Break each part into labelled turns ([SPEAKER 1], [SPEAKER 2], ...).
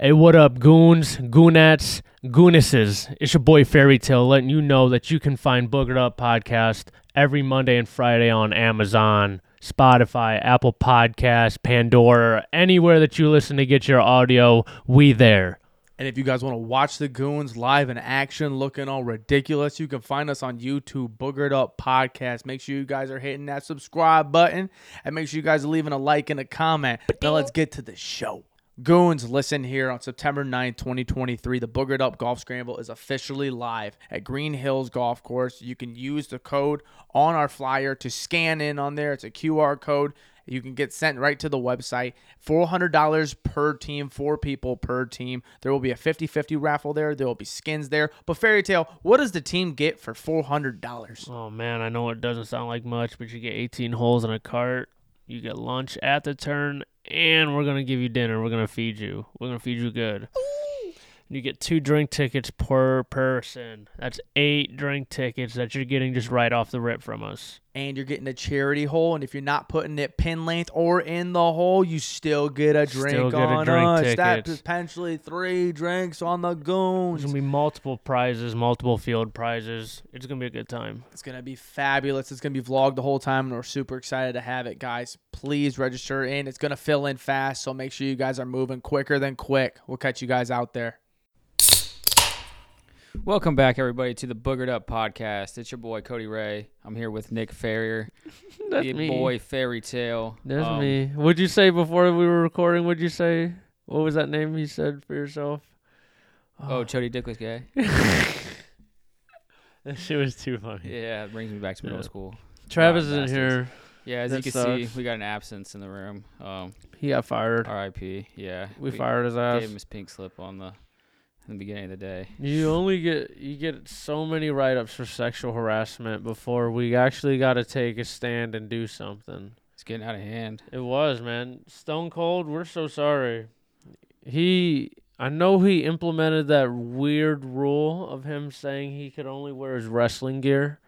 [SPEAKER 1] Hey, what up, goons, goonettes, goonesses? It's your boy Fairy Tale letting you know that you can find Boogered Up Podcast every Monday and Friday on Amazon, Spotify, Apple Podcasts, Pandora, anywhere that you listen to get your audio. We there.
[SPEAKER 2] And if you guys want to watch the goons live in action, looking all ridiculous, you can find us on YouTube, Boogered Up Podcast. Make sure you guys are hitting that subscribe button and make sure you guys are leaving a like and a comment. Now let's get to the show. Goons, listen here. On September 9th, 2023, the Boogered Up Golf Scramble is officially live at Green Hills Golf Course. You can use the code on our flyer to scan in on there. It's a QR code. You can get sent right to the website. $400 per team, four people per team. There will be a 50 50 raffle there. There will be skins there. But, Fairy Tale, what does the team get for $400?
[SPEAKER 1] Oh man, I know it doesn't sound like much, but you get 18 holes in a cart. You get lunch at the turn, and we're gonna give you dinner. We're gonna feed you. We're gonna feed you good. You get two drink tickets per person. That's eight drink tickets that you're getting just right off the rip from us.
[SPEAKER 2] And you're getting a charity hole. And if you're not putting it pin length or in the hole, you still get a drink
[SPEAKER 1] Still get a
[SPEAKER 2] on
[SPEAKER 1] drink
[SPEAKER 2] us.
[SPEAKER 1] ticket.
[SPEAKER 2] That's potentially three drinks on the
[SPEAKER 1] There's
[SPEAKER 2] goons.
[SPEAKER 1] gonna be multiple prizes, multiple field prizes. It's gonna be a good time.
[SPEAKER 2] It's gonna be fabulous. It's gonna be vlogged the whole time, and we're super excited to have it, guys. Please register in. It's gonna fill in fast, so make sure you guys are moving quicker than quick. We'll catch you guys out there.
[SPEAKER 3] Welcome back, everybody, to the Boogered Up Podcast. It's your boy Cody Ray. I'm here with Nick Ferrier,
[SPEAKER 1] That's
[SPEAKER 3] your
[SPEAKER 1] me.
[SPEAKER 3] boy Fairy Tale.
[SPEAKER 1] That's
[SPEAKER 3] Um,
[SPEAKER 1] me. What'd you say before we were recording? What'd you say? What was that name you said for yourself?
[SPEAKER 3] Oh, Chody Dick was gay.
[SPEAKER 1] That shit was too funny.
[SPEAKER 3] Yeah, it brings me back to middle
[SPEAKER 1] Yeah.
[SPEAKER 3] school.
[SPEAKER 1] Travis
[SPEAKER 3] Ah,
[SPEAKER 1] isn't here.
[SPEAKER 3] bastards. Yeah, as
[SPEAKER 1] That
[SPEAKER 3] you can
[SPEAKER 1] sucks.
[SPEAKER 3] see, we got an absence in the room. Um,
[SPEAKER 1] He got fired.
[SPEAKER 3] R.I.P. Yeah,
[SPEAKER 1] We fired his ass.
[SPEAKER 3] Gave him his pink slip on the in the beginning of the day.
[SPEAKER 1] You only get you get so many write ups for sexual harassment before we actually got to take a stand and do something.
[SPEAKER 3] It's getting out of hand.
[SPEAKER 1] It was man, Stone Cold. We're so sorry. He, I know he implemented that weird rule of him saying he could only wear his wrestling gear,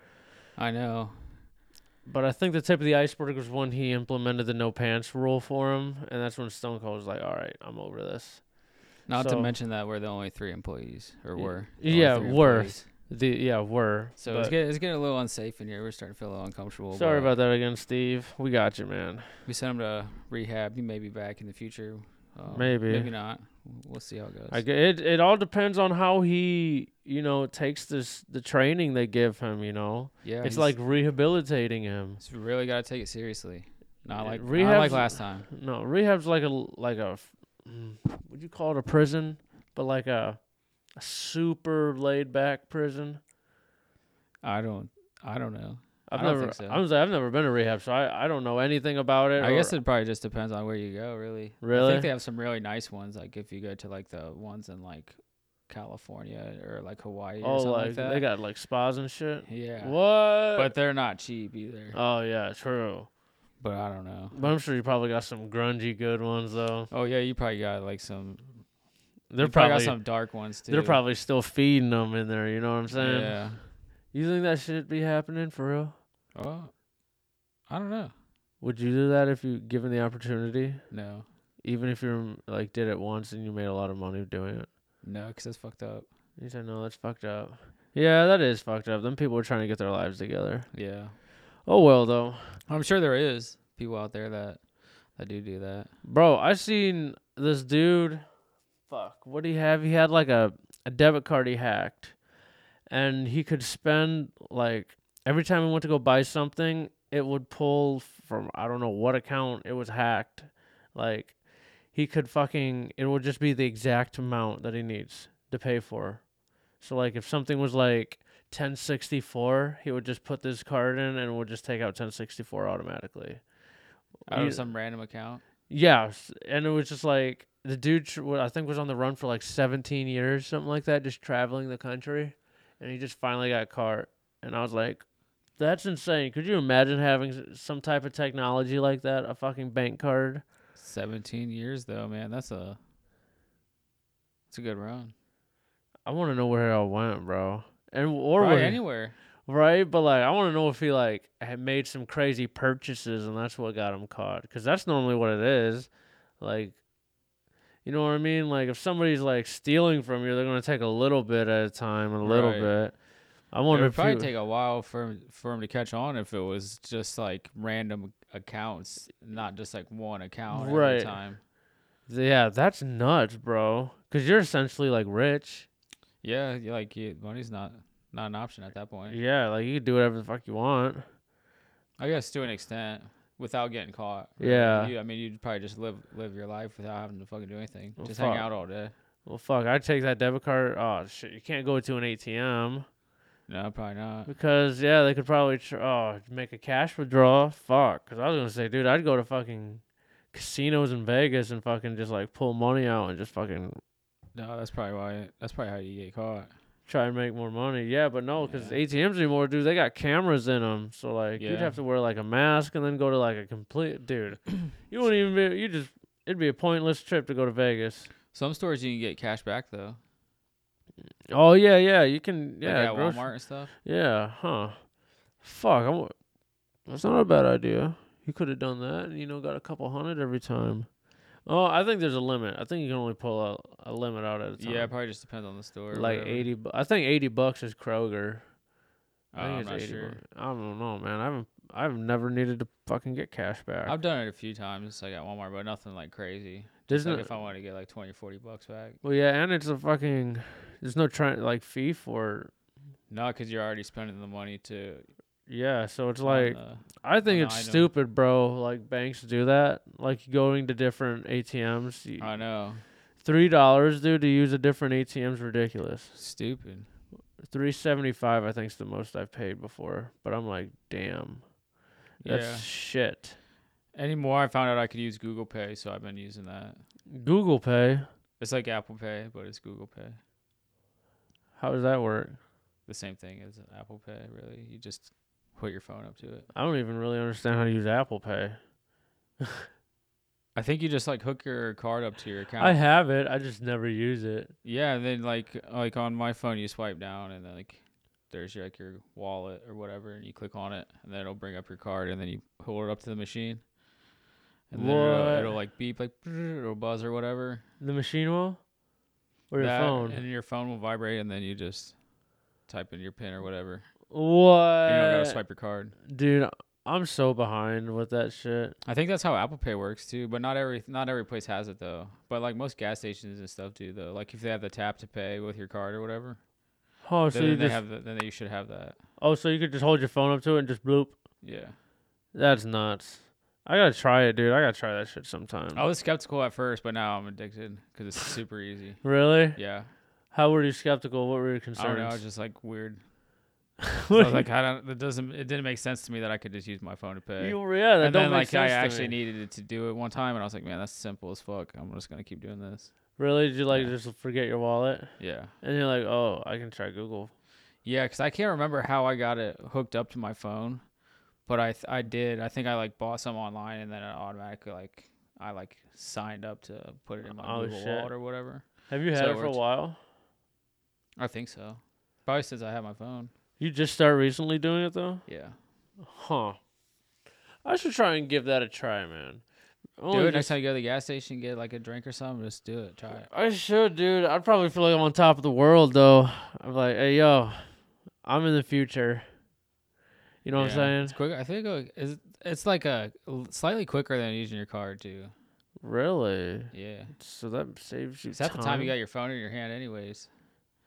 [SPEAKER 3] I know.
[SPEAKER 1] but I think the tip of the iceberg was when he implemented the no pants rule for him, and that's when Stone Cold was like, "All right, I'm over this."
[SPEAKER 3] Not
[SPEAKER 1] So-
[SPEAKER 3] to mention that we're the only three employees, or
[SPEAKER 1] Y-
[SPEAKER 3] were. the only
[SPEAKER 1] Yeah,
[SPEAKER 3] three
[SPEAKER 1] were.
[SPEAKER 3] employees.
[SPEAKER 1] The yeah, were
[SPEAKER 3] So it's
[SPEAKER 1] but-
[SPEAKER 3] getting, it's getting a little unsafe in here. We're starting to feel a little uncomfortable.
[SPEAKER 1] Sorry
[SPEAKER 3] but-
[SPEAKER 1] about that again, Steve. We got you, man.
[SPEAKER 3] We sent him to rehab. He may be back in the future. Um,
[SPEAKER 1] Maybe.
[SPEAKER 3] Maybe not. We'll see how it goes.
[SPEAKER 1] I g it it all depends on how he you know takes this the training they give him. You know,
[SPEAKER 3] yeah,
[SPEAKER 1] it's
[SPEAKER 3] he's-
[SPEAKER 1] like rehabilitating him.
[SPEAKER 3] he's really got to take it seriously.
[SPEAKER 1] Yeah,
[SPEAKER 3] Not like not like
[SPEAKER 1] rehab's-
[SPEAKER 3] last time.
[SPEAKER 1] No, rehab's like a l- like a f- mm, would you call it a prison? But like a, a super laid back prison.
[SPEAKER 3] I don't. I don't know.
[SPEAKER 1] I've
[SPEAKER 3] I don't
[SPEAKER 1] never
[SPEAKER 3] think so.
[SPEAKER 1] I was like, I've never been to rehab, so I, I don't know anything about it.
[SPEAKER 3] I
[SPEAKER 1] or-
[SPEAKER 3] guess it probably just depends on where you go, really. I
[SPEAKER 1] Really?
[SPEAKER 3] think they have some really nice ones. Like if you go to like the ones in like California or like Hawaii
[SPEAKER 1] oh
[SPEAKER 3] or something like,
[SPEAKER 1] like
[SPEAKER 3] that.
[SPEAKER 1] they got like spas and shit.
[SPEAKER 3] yeah.
[SPEAKER 1] What?
[SPEAKER 3] But they're not cheap either.
[SPEAKER 1] oh yeah, true.
[SPEAKER 3] but I don't know.
[SPEAKER 1] But I'm sure you probably got some grungy good ones though.
[SPEAKER 3] Oh yeah, you probably got like some.
[SPEAKER 1] They're
[SPEAKER 3] you probably,
[SPEAKER 1] probably
[SPEAKER 3] got some dark ones too.
[SPEAKER 1] They're probably still feeding them in there. You know what I'm saying?
[SPEAKER 3] Yeah.
[SPEAKER 1] You think that shit be happening for real?
[SPEAKER 3] Oh. I don't know.
[SPEAKER 1] Would you do that if you given the opportunity?
[SPEAKER 3] No.
[SPEAKER 1] Even if you like did it once and you made a lot of money doing it?
[SPEAKER 3] No, because that's fucked up.
[SPEAKER 1] You said no, that's fucked up. Yeah, that is fucked up. Them people are trying to get their lives together.
[SPEAKER 3] Yeah.
[SPEAKER 1] Oh well, though,
[SPEAKER 3] I'm sure there is people out there that that do do that.
[SPEAKER 1] bro. I seen this dude. Fuck, what do he have? He had like a a debit card he hacked, and he could spend like every time he went to go buy something, it would pull from I don't know what account it was hacked. Like he could fucking it would just be the exact amount that he needs to pay for. So like if something was like 1064, he would just put this card in and it would just take out 1064 automatically.
[SPEAKER 3] Out
[SPEAKER 1] You-
[SPEAKER 3] of some random account.
[SPEAKER 1] yeah, s- and it was just like the dude tr- wa- I think was on the run for like 17 years, something like that, just traveling the country, and he just finally got caught. And I was like, "That's insane! Could you imagine having s- some type of technology like that, a fucking bank card?"
[SPEAKER 3] Seventeen years though, man. That's a that's a good run.
[SPEAKER 1] I want to know where it all went, bro. And w- or
[SPEAKER 3] Or
[SPEAKER 1] what-
[SPEAKER 3] anywhere.
[SPEAKER 1] right, but like I want to know if he like had made some crazy purchases and that's what got him caught, because that's normally what it is. Like, You know what I mean? Like if somebody's like stealing from you, they're gonna take a little bit at a time, a little
[SPEAKER 3] Right.
[SPEAKER 1] bit. I
[SPEAKER 3] It
[SPEAKER 1] wonder
[SPEAKER 3] would
[SPEAKER 1] if
[SPEAKER 3] probably
[SPEAKER 1] you-
[SPEAKER 3] take a while for 'em- for 'em to catch on if it was just like random accounts, not just like one account
[SPEAKER 1] Right.
[SPEAKER 3] every time.
[SPEAKER 1] yeah, that's nuts, bro. Cause you're essentially like rich.
[SPEAKER 3] Yeah, you- like you, money's not not an option at that point.
[SPEAKER 1] Yeah, like you can do whatever the fuck you want.
[SPEAKER 3] I guess to an extent, without getting caught.
[SPEAKER 1] Yeah.
[SPEAKER 3] You, I mean, you'd probably just live live your life without having to fucking do anything.
[SPEAKER 1] Well,
[SPEAKER 3] just
[SPEAKER 1] fuck.
[SPEAKER 3] hang out all day.
[SPEAKER 1] Well, fuck, I take that debit card. Oh shit, you can't go to an ATM
[SPEAKER 3] No, probably not.
[SPEAKER 1] because yeah, they could probably tr- oh make a cash withdrawal. Fuck, because I was gonna say, dude, I'd go to fucking casinos in Vegas and fucking just like pull money out and just fucking
[SPEAKER 3] No, that's probably why. That's probably how you get caught.
[SPEAKER 1] try and make more money. Yeah, but no, because ATMs anymore, dude, they got cameras in them. So like, you'd
[SPEAKER 3] Yeah.
[SPEAKER 1] have to wear like a mask and then go to like a complete dude. you wouldn't even be. You just it'd be a pointless trip to go to Vegas.
[SPEAKER 3] Some stores you can get cash back though.
[SPEAKER 1] Oh yeah, yeah, you can.
[SPEAKER 3] Like
[SPEAKER 1] Yeah,
[SPEAKER 3] at
[SPEAKER 1] grocery-
[SPEAKER 3] Walmart and stuff.
[SPEAKER 1] Yeah, huh? Fuck, I'm, that's not a bad idea. You could have done that, and you know, got a couple hundred every time. Oh, I think there's a limit. I think you can only pull out a limit out at a time.
[SPEAKER 3] Yeah, probably just depends on the store. or
[SPEAKER 1] like
[SPEAKER 3] whatever.
[SPEAKER 1] eighty. Bu- I think eighty bucks is Kroger.
[SPEAKER 3] Oh,
[SPEAKER 1] I think
[SPEAKER 3] I'm
[SPEAKER 1] it's
[SPEAKER 3] not
[SPEAKER 1] 80
[SPEAKER 3] sure.
[SPEAKER 1] bucks. I don't know, man. I haven't. I've never needed to fucking get cash back.
[SPEAKER 3] I've done it a few times, like at Walmart, but nothing like crazy. Just
[SPEAKER 1] Isn't
[SPEAKER 3] like
[SPEAKER 1] it-
[SPEAKER 3] if I wanted to get like 20, 40 bucks back.
[SPEAKER 1] well, yeah, and it's a fucking. There's no try like fee for.
[SPEAKER 3] No, because you're already spending the money to.
[SPEAKER 1] Yeah, so it's
[SPEAKER 3] on
[SPEAKER 1] like
[SPEAKER 3] the-
[SPEAKER 1] I think
[SPEAKER 3] on
[SPEAKER 1] it's
[SPEAKER 3] item.
[SPEAKER 1] stupid, bro. Like banks do that. Like going to different ATMs. you-
[SPEAKER 3] I know.
[SPEAKER 1] Three dollars, dude, to use a different ATM's ridiculous.
[SPEAKER 3] Stupid.
[SPEAKER 1] Three seventy five, I think, is the most I've paid before. But I'm like, damn, that's
[SPEAKER 3] yeah.
[SPEAKER 1] shit.
[SPEAKER 3] Anymore, I found out I could use Google Pay, so I've been using that.
[SPEAKER 1] Google Pay,
[SPEAKER 3] It's like Apple Pay, but it's Google Pay.
[SPEAKER 1] how does that work?
[SPEAKER 3] The same thing as Apple Pay, really. You just put your phone up to it.
[SPEAKER 1] I don't even really understand how to use Apple Pay.
[SPEAKER 3] I think you just like hook your card up to your account.
[SPEAKER 1] I have it, I just never use it.
[SPEAKER 3] yeah, and then like like on my phone, you swipe down and then like there's your, like your wallet or whatever, and you click on it, and then it'll bring up your card, and then you hold it up to the machine, and then
[SPEAKER 1] What?
[SPEAKER 3] it'll, it'll like beep like or buzz or whatever.
[SPEAKER 1] The machine will, or your
[SPEAKER 3] That,
[SPEAKER 1] phone.
[SPEAKER 3] and your phone will vibrate, and then you just type in your pin or whatever.
[SPEAKER 1] what,
[SPEAKER 3] you don't gotta swipe your card.
[SPEAKER 1] dude? I'm so behind with that shit.
[SPEAKER 3] I think that's how Apple Pay works too, but not every not every place has it though. But like most gas stations and stuff do though. Like if they have the tap to pay with your card or whatever,
[SPEAKER 1] Oh, so
[SPEAKER 3] then,
[SPEAKER 1] you
[SPEAKER 3] they
[SPEAKER 1] just
[SPEAKER 3] have the, then you should have that.
[SPEAKER 1] oh, so you could just hold your phone up to it and just bloop.
[SPEAKER 3] Yeah.
[SPEAKER 1] That's nuts. I gotta try it, dude. I gotta try that shit sometime.
[SPEAKER 3] I was skeptical at first, but now I'm addicted because it's super easy.
[SPEAKER 1] Really?
[SPEAKER 3] Yeah.
[SPEAKER 1] How were you skeptical? What were your concerns?
[SPEAKER 3] I don't know. It's just like weird. I
[SPEAKER 1] What
[SPEAKER 3] was
[SPEAKER 1] you-
[SPEAKER 3] like, I don't. It doesn't. It didn't make sense to me that I could just use my phone to pay.
[SPEAKER 1] you were- yeah, that
[SPEAKER 3] and
[SPEAKER 1] don't
[SPEAKER 3] then
[SPEAKER 1] make
[SPEAKER 3] like
[SPEAKER 1] sense
[SPEAKER 3] I
[SPEAKER 1] to
[SPEAKER 3] actually
[SPEAKER 1] me.
[SPEAKER 3] needed it to do it one time, and I was like, man, that's simple as fuck. I'm just gonna keep doing this.
[SPEAKER 1] Really? Did you like
[SPEAKER 3] Yeah.
[SPEAKER 1] just forget your wallet?
[SPEAKER 3] Yeah.
[SPEAKER 1] And you're like, oh, I can try Google.
[SPEAKER 3] Yeah, because I can't remember how I got it hooked up to my phone, but I th- I did. I think I like bought some online, and then it automatically like I like signed up to put it in my
[SPEAKER 1] Oh,
[SPEAKER 3] Google
[SPEAKER 1] shit.
[SPEAKER 3] Wallet or whatever.
[SPEAKER 1] Have you had it
[SPEAKER 3] So it
[SPEAKER 1] for a
[SPEAKER 3] worked.
[SPEAKER 1] while?
[SPEAKER 3] I think so. Probably since I had my phone.
[SPEAKER 1] You just started recently doing it though?
[SPEAKER 3] Yeah.
[SPEAKER 1] Huh. I should try and give that a try, man.
[SPEAKER 3] Do
[SPEAKER 1] Only
[SPEAKER 3] it next
[SPEAKER 1] just-
[SPEAKER 3] time you go to the gas station, get like a drink or something. Just do it. Try it.
[SPEAKER 1] I should, dude. I'd probably feel like I'm on top of the world though. I'm like, hey yo, I'm in the future. You know what I'm
[SPEAKER 3] Yeah,
[SPEAKER 1] saying?
[SPEAKER 3] It's quick. I think uh, is it's like a l- slightly quicker than using your card too.
[SPEAKER 1] Really?
[SPEAKER 3] Yeah.
[SPEAKER 1] So that saves you
[SPEAKER 3] It's at the time you got your phone in your hand, anyways.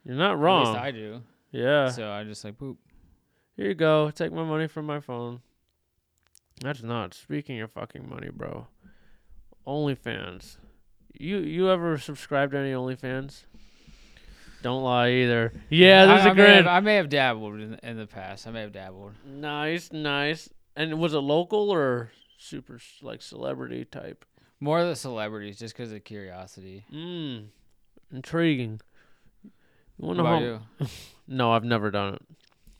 [SPEAKER 1] You're not
[SPEAKER 3] At
[SPEAKER 1] wrong.
[SPEAKER 3] least I do.
[SPEAKER 1] yeah.
[SPEAKER 3] so I just like boop.
[SPEAKER 1] Here you go. Take my money from my phone. That's not speaking of fucking money, bro. OnlyFans. You you ever subscribe to any OnlyFans? Don't lie either. Yeah, there's
[SPEAKER 3] I,
[SPEAKER 1] a
[SPEAKER 3] I may have-
[SPEAKER 1] grin.
[SPEAKER 3] I may have dabbled in, in the past. I may have dabbled.
[SPEAKER 1] Nice, nice. And was it local or super s- like celebrity type?
[SPEAKER 3] More of the celebrities, just because of curiosity.
[SPEAKER 1] Mmm, intriguing. You
[SPEAKER 3] Hmm. What
[SPEAKER 1] wanna
[SPEAKER 3] about
[SPEAKER 1] hum-
[SPEAKER 3] you?
[SPEAKER 1] No, I've never done it.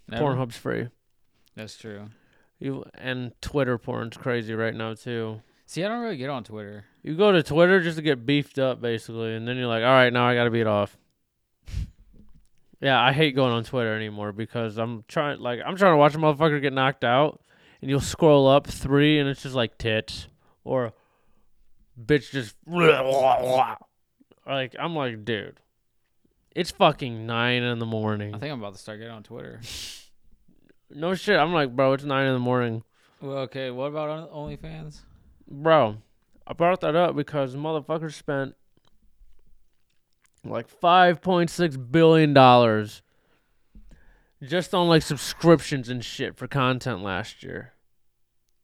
[SPEAKER 3] Never?
[SPEAKER 1] Pornhub's free.
[SPEAKER 3] That's true.
[SPEAKER 1] You and Twitter porn's crazy right now too.
[SPEAKER 3] See, I don't really get on Twitter.
[SPEAKER 1] You go to Twitter just to get beefed up, basically, and then you're like, all right, now I got to beat off. Yeah, I hate going on Twitter anymore because I'm trying, like, I'm trying to watch a motherfucker get knocked out, and you'll scroll up three, and it's just like tits or bitch just Like I'm like, dude, it's fucking nine in the morning.
[SPEAKER 3] I think I'm about to start getting on Twitter.
[SPEAKER 1] no shit. I'm like, bro, it's nine in the morning,
[SPEAKER 3] well, okay. What about on-
[SPEAKER 1] Mm.
[SPEAKER 3] OnlyFans?
[SPEAKER 1] bro. I brought that up because motherfuckers spent like five point six billion dollars just on like subscriptions and shit for content last year.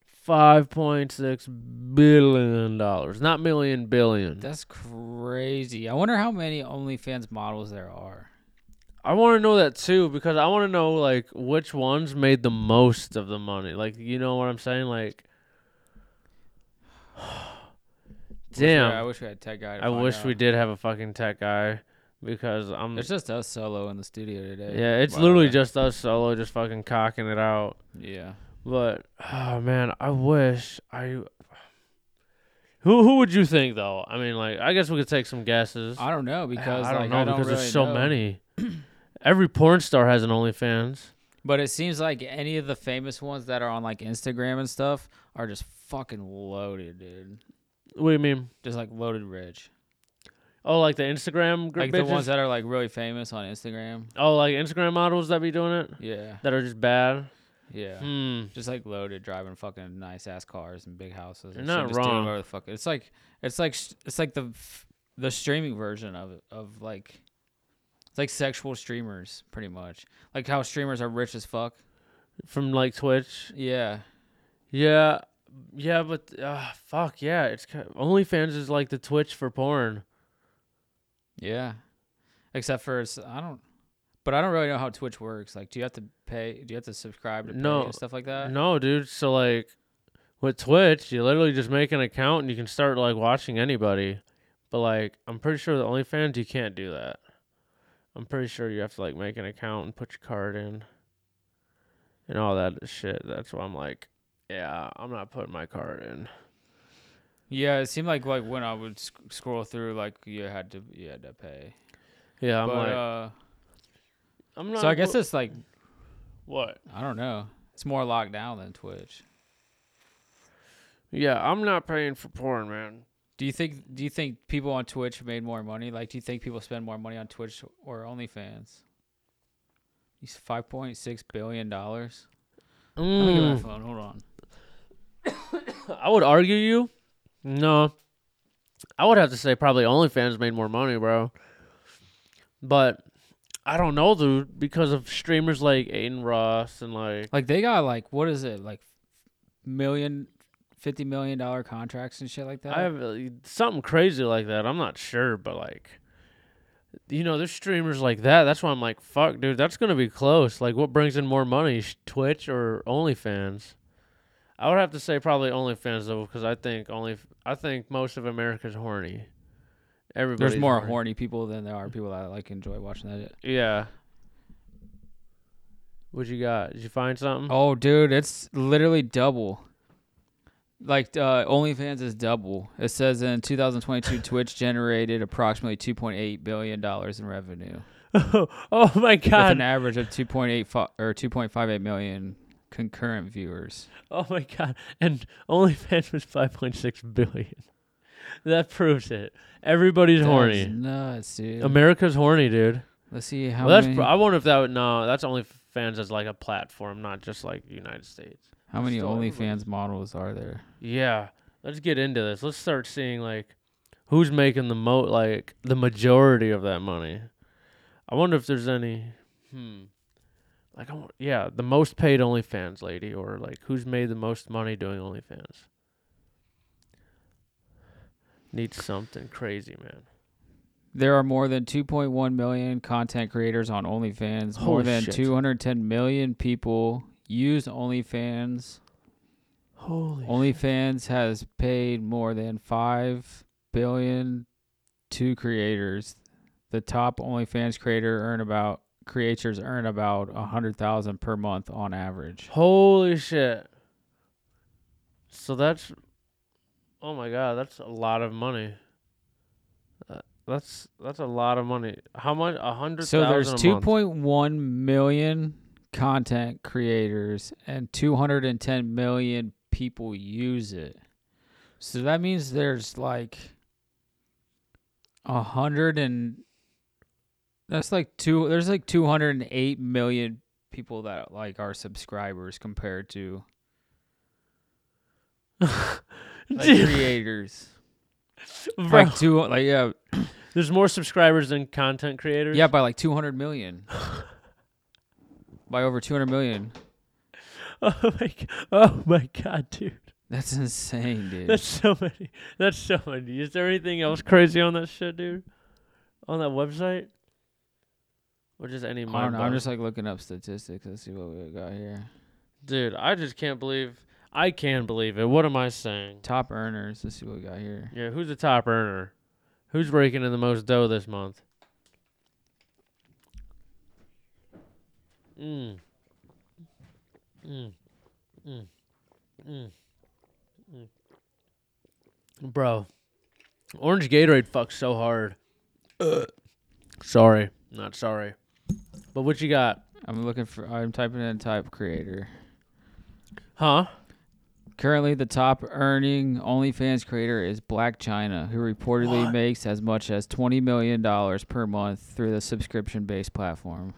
[SPEAKER 1] Five point six billion dollars, not million, billion.
[SPEAKER 3] That's crazy. I wonder how many OnlyFans models there are.
[SPEAKER 1] I want to know that too because I want to know like which ones made the most of the money. Like you know what I'm saying? Like,
[SPEAKER 3] Wish we-
[SPEAKER 1] damn,
[SPEAKER 3] I wish we had tech guy. to
[SPEAKER 1] I
[SPEAKER 3] find
[SPEAKER 1] wish we
[SPEAKER 3] out.
[SPEAKER 1] did have a fucking tech guy because I'm.
[SPEAKER 3] It's just us solo in the studio today.
[SPEAKER 1] yeah, it's
[SPEAKER 3] by the
[SPEAKER 1] literally
[SPEAKER 3] way.
[SPEAKER 1] just us solo, just fucking cocking it out.
[SPEAKER 3] Yeah.
[SPEAKER 1] But oh man, I wish I. Who who would you think though? I mean, like I guess we could take some guesses.
[SPEAKER 3] I don't know because
[SPEAKER 1] I
[SPEAKER 3] like,
[SPEAKER 1] don't know
[SPEAKER 3] I don't
[SPEAKER 1] because
[SPEAKER 3] really
[SPEAKER 1] there's so
[SPEAKER 3] know.
[SPEAKER 1] many. Every porn star has an OnlyFans.
[SPEAKER 3] But it seems like any of the famous ones that are on like Instagram and stuff are just fucking loaded, dude.
[SPEAKER 1] What do you mean?
[SPEAKER 3] Just like loaded rich.
[SPEAKER 1] Oh, like the Instagram group
[SPEAKER 3] Like the ones that are like really famous on Instagram.
[SPEAKER 1] oh, like Instagram models that be doing it
[SPEAKER 3] Yeah.
[SPEAKER 1] that are just bad.
[SPEAKER 3] Yeah.
[SPEAKER 1] Hmm.
[SPEAKER 3] Just like loaded, driving fucking nice ass cars and big houses. And
[SPEAKER 1] You're
[SPEAKER 3] shit,
[SPEAKER 1] not
[SPEAKER 3] just doing
[SPEAKER 1] wrong.
[SPEAKER 3] whatever the fuck. It's like it's like s- it's like the f- the streaming version of it of like it's like sexual streamers pretty much. Like how streamers are rich as fuck.
[SPEAKER 1] From like Twitch.
[SPEAKER 3] Yeah.
[SPEAKER 1] Yeah. Yeah, but uh, fuck yeah, it's ki OnlyFans is like the Twitch for porn.
[SPEAKER 3] Yeah. Except for it's, I don't but I don't really know how Twitch works. Like do you have to pay do you have to subscribe to pay
[SPEAKER 1] No.
[SPEAKER 3] and stuff like that?
[SPEAKER 1] no, dude. So like, with Twitch, you literally just make an account and you can start like watching anybody. But like, I'm pretty sure with OnlyFans you can't do that. I'm pretty sure you have to like make an account and put your card in, and all that shit. That's why I'm like, yeah, I'm not putting my card in.
[SPEAKER 3] Yeah, it seemed like like when I would sc- scroll through like you had to you had to pay.
[SPEAKER 1] Yeah, I'm
[SPEAKER 3] but
[SPEAKER 1] like,
[SPEAKER 3] uh
[SPEAKER 1] I'm not.
[SPEAKER 3] so I guess
[SPEAKER 1] go-
[SPEAKER 3] it's like
[SPEAKER 1] what?
[SPEAKER 3] I don't know. It's more locked down than Twitch.
[SPEAKER 1] Yeah, I'm not paying for porn, man.
[SPEAKER 3] Do you think do you think people on Twitch made more money? Like do you think people spend more money on Twitch or OnlyFans? These five point six billion dollars. Let me get my
[SPEAKER 1] Mm,
[SPEAKER 3] phone. Hold on.
[SPEAKER 1] I would argue you. No, I would have to say probably OnlyFans made more money, bro. But I don't know, dude, because of streamers like Aiden Ross and like
[SPEAKER 3] Like they got like what is it like million, fifty million dollar contracts and shit like that.
[SPEAKER 1] I have uh, something crazy like that. I'm not sure, but like, you know, there's streamers like that. That's why I'm like, fuck, dude, that's gonna be close. Like, what brings in more money, sh- Twitch or OnlyFans? I would have to say probably OnlyFans though, because I think only I think most of America's horny. Everybody's
[SPEAKER 3] There's more horny people than there are people that like enjoy watching that. shit.
[SPEAKER 1] Yeah. What you got? Did you find something?
[SPEAKER 3] Oh, dude, it's literally double. Like uh, OnlyFans is double. It says in 2022, Twitch generated approximately 2.8 billion dollars in revenue,
[SPEAKER 1] Oh, my
[SPEAKER 3] with an
[SPEAKER 1] god!
[SPEAKER 3] average of 2.85 or 2.58 million concurrent viewers.
[SPEAKER 1] Oh my god! And OnlyFans was 5.6 billion. That proves it. Everybody's
[SPEAKER 3] That's
[SPEAKER 1] horny.
[SPEAKER 3] nuts, dude.
[SPEAKER 1] America's horny, dude.
[SPEAKER 3] Let's see how
[SPEAKER 1] well, that's
[SPEAKER 3] many
[SPEAKER 1] pro- I wonder if that would no. That's OnlyFans as like a platform, not just like the United States.
[SPEAKER 3] how many
[SPEAKER 1] Still everybody's-
[SPEAKER 3] OnlyFans models are there.
[SPEAKER 1] Yeah, let's get into this. Let's start seeing like who's making the mo like the majority of that money. I wonder if there's any. Hmm. Like I want, yeah, the most paid OnlyFans lady, or like who's made the most money doing OnlyFans. Need something crazy, man.
[SPEAKER 3] There are more than 2.1 million content creators on OnlyFans. more
[SPEAKER 1] Holy
[SPEAKER 3] than
[SPEAKER 1] shit.
[SPEAKER 3] 210 million people use OnlyFans.
[SPEAKER 1] Holy.
[SPEAKER 3] OnlyFans has paid more than 5 billion to creators. The top OnlyFans creator earn about creators earn about 100,000 per month on average.
[SPEAKER 1] Holy shit. So that's Oh my god, that's a lot of money. Uh, That's that's a lot of money. How much? A hundred.
[SPEAKER 3] So there's
[SPEAKER 1] thousand a month.
[SPEAKER 3] 2.1 million content creators and 210 million people use it. So that means there's like a hundred and that's like two. There's like two hundred and eight million people that like are subscribers compared to like
[SPEAKER 1] Dude,
[SPEAKER 3] creators.
[SPEAKER 1] bro,
[SPEAKER 3] Like two, like yeah,
[SPEAKER 1] there's more subscribers than content creators.
[SPEAKER 3] yeah, by like two hundred million. by over two hundred million.
[SPEAKER 1] Oh my. g- Oh my god, dude.
[SPEAKER 3] That's insane, dude.
[SPEAKER 1] That's so many. That's so many. Is there anything else crazy on that shit, dude? On that website? Or just any
[SPEAKER 3] I don't
[SPEAKER 1] mind
[SPEAKER 3] know. I'm
[SPEAKER 1] bug?
[SPEAKER 3] just like looking up statistics. Let's see what we got here.
[SPEAKER 1] Dude, I just can't believe. I can believe it. What am I saying?
[SPEAKER 3] Top earners. Let's see what we got here.
[SPEAKER 1] Yeah, who's the top earner? Who's raking in the most dough this month? Mm. Mm. Mm. Mm. Mm. Bro, orange Gatorade fucks so hard. Sorry, not sorry. But what you got?
[SPEAKER 3] I'm looking for. I'm typing in type creator.
[SPEAKER 1] Huh?
[SPEAKER 3] Currently, the top earning OnlyFans creator is Black China, who reportedly makes as much as $20 million per month through the subscription based platform.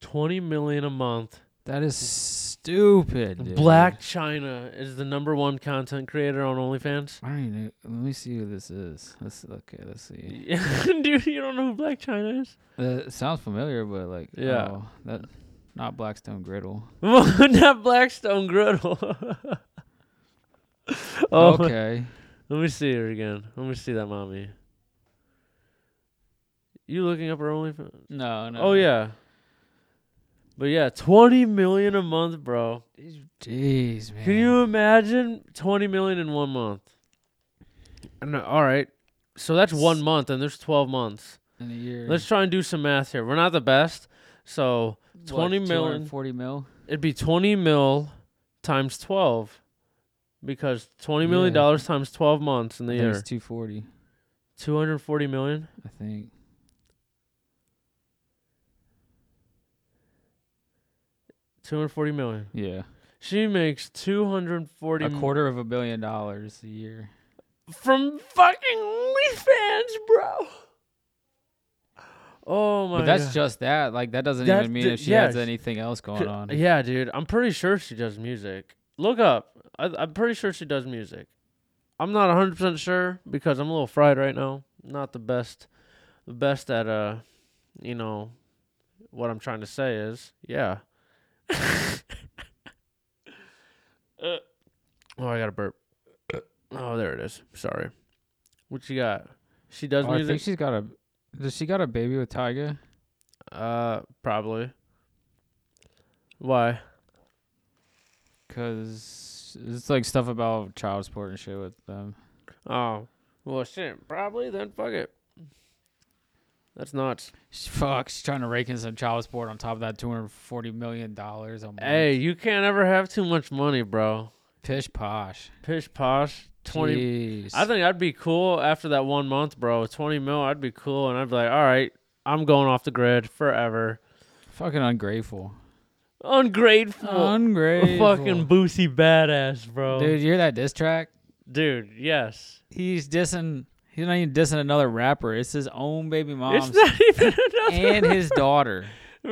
[SPEAKER 1] 20 million a month.
[SPEAKER 3] That is stupid. dude.
[SPEAKER 1] Black China is the number one content creator on OnlyFans.
[SPEAKER 3] I don't even know. Let me see who this is. Let's okay. Let's see.
[SPEAKER 1] Dude, you don't know who Black China is?
[SPEAKER 3] Uh, it sounds familiar, but like,
[SPEAKER 1] Yeah.
[SPEAKER 3] oh, that not Blackstone Griddle.
[SPEAKER 1] Not Blackstone Griddle. oh,
[SPEAKER 3] Okay.
[SPEAKER 1] let me see her again. Let me see that mommy. You looking up her OnlyFans?
[SPEAKER 3] No, no.
[SPEAKER 1] Oh yeah. But yeah, twenty million a month, bro.
[SPEAKER 3] Jeez, man.
[SPEAKER 1] Can you imagine twenty million in one month? And, uh, all right, so that's one month, and there's twelve months.
[SPEAKER 3] in a year?
[SPEAKER 1] Let's try and do some math here. We're not the best, so
[SPEAKER 3] what,
[SPEAKER 1] 20 million.
[SPEAKER 3] 240 mil.
[SPEAKER 1] It'd be 20 mil times 12 because 20 million
[SPEAKER 3] Yeah.
[SPEAKER 1] dollars times 12 months in the
[SPEAKER 3] I think
[SPEAKER 1] year.
[SPEAKER 3] it's 240,
[SPEAKER 1] 240 million.
[SPEAKER 3] I think.
[SPEAKER 1] Two hundred forty million.
[SPEAKER 3] Yeah.
[SPEAKER 1] She makes 240
[SPEAKER 3] A
[SPEAKER 1] m-
[SPEAKER 3] quarter of a billion dollars a year.
[SPEAKER 1] from fucking OnlyFans, bro. Oh my
[SPEAKER 3] But that's
[SPEAKER 1] God.
[SPEAKER 3] just that. Like that doesn't
[SPEAKER 1] That
[SPEAKER 3] even mean
[SPEAKER 1] d-
[SPEAKER 3] if she
[SPEAKER 1] yeah,
[SPEAKER 3] has
[SPEAKER 1] she-
[SPEAKER 3] anything else going
[SPEAKER 1] Cou-
[SPEAKER 3] on.
[SPEAKER 1] Yeah, dude. I'm pretty sure she does music. Look up. I, I'm pretty sure she does music. I'm not 100% sure because I'm a little fried right now. Not the best the best at uh you know what I'm trying to say is, yeah. Uh, oh, I got a burp. Oh, there it is. Sorry. What you got? She does
[SPEAKER 3] Oh, I think
[SPEAKER 1] music?
[SPEAKER 3] she's got a. Does she got a baby with Tyga?
[SPEAKER 1] uh probably. Why?
[SPEAKER 3] Cause it's like stuff about child support and shit with them.
[SPEAKER 1] Oh, well, shit. Probably then. Fuck it. That's nuts.
[SPEAKER 3] She, fuck, she's trying to rake in some child support on top of that two hundred forty million dollars a month.
[SPEAKER 1] Hey, you can't ever have too much money, bro.
[SPEAKER 3] pish posh.
[SPEAKER 1] Pish posh. Twenty.
[SPEAKER 3] Jeez.
[SPEAKER 1] I think I'd be cool after that one month, bro. With Twenty mil, I'd be cool, and I'd be like, all right, I'm going off the grid forever.
[SPEAKER 3] fucking ungrateful.
[SPEAKER 1] Ungrateful.
[SPEAKER 3] Ungrateful.
[SPEAKER 1] Fucking boozy badass, bro.
[SPEAKER 3] dude, you hear that diss track?
[SPEAKER 1] Dude, yes.
[SPEAKER 3] He's dissing. He's not even dissing another rapper. It's his own baby
[SPEAKER 1] It's
[SPEAKER 3] mom
[SPEAKER 1] not even enough.
[SPEAKER 3] and his daughter.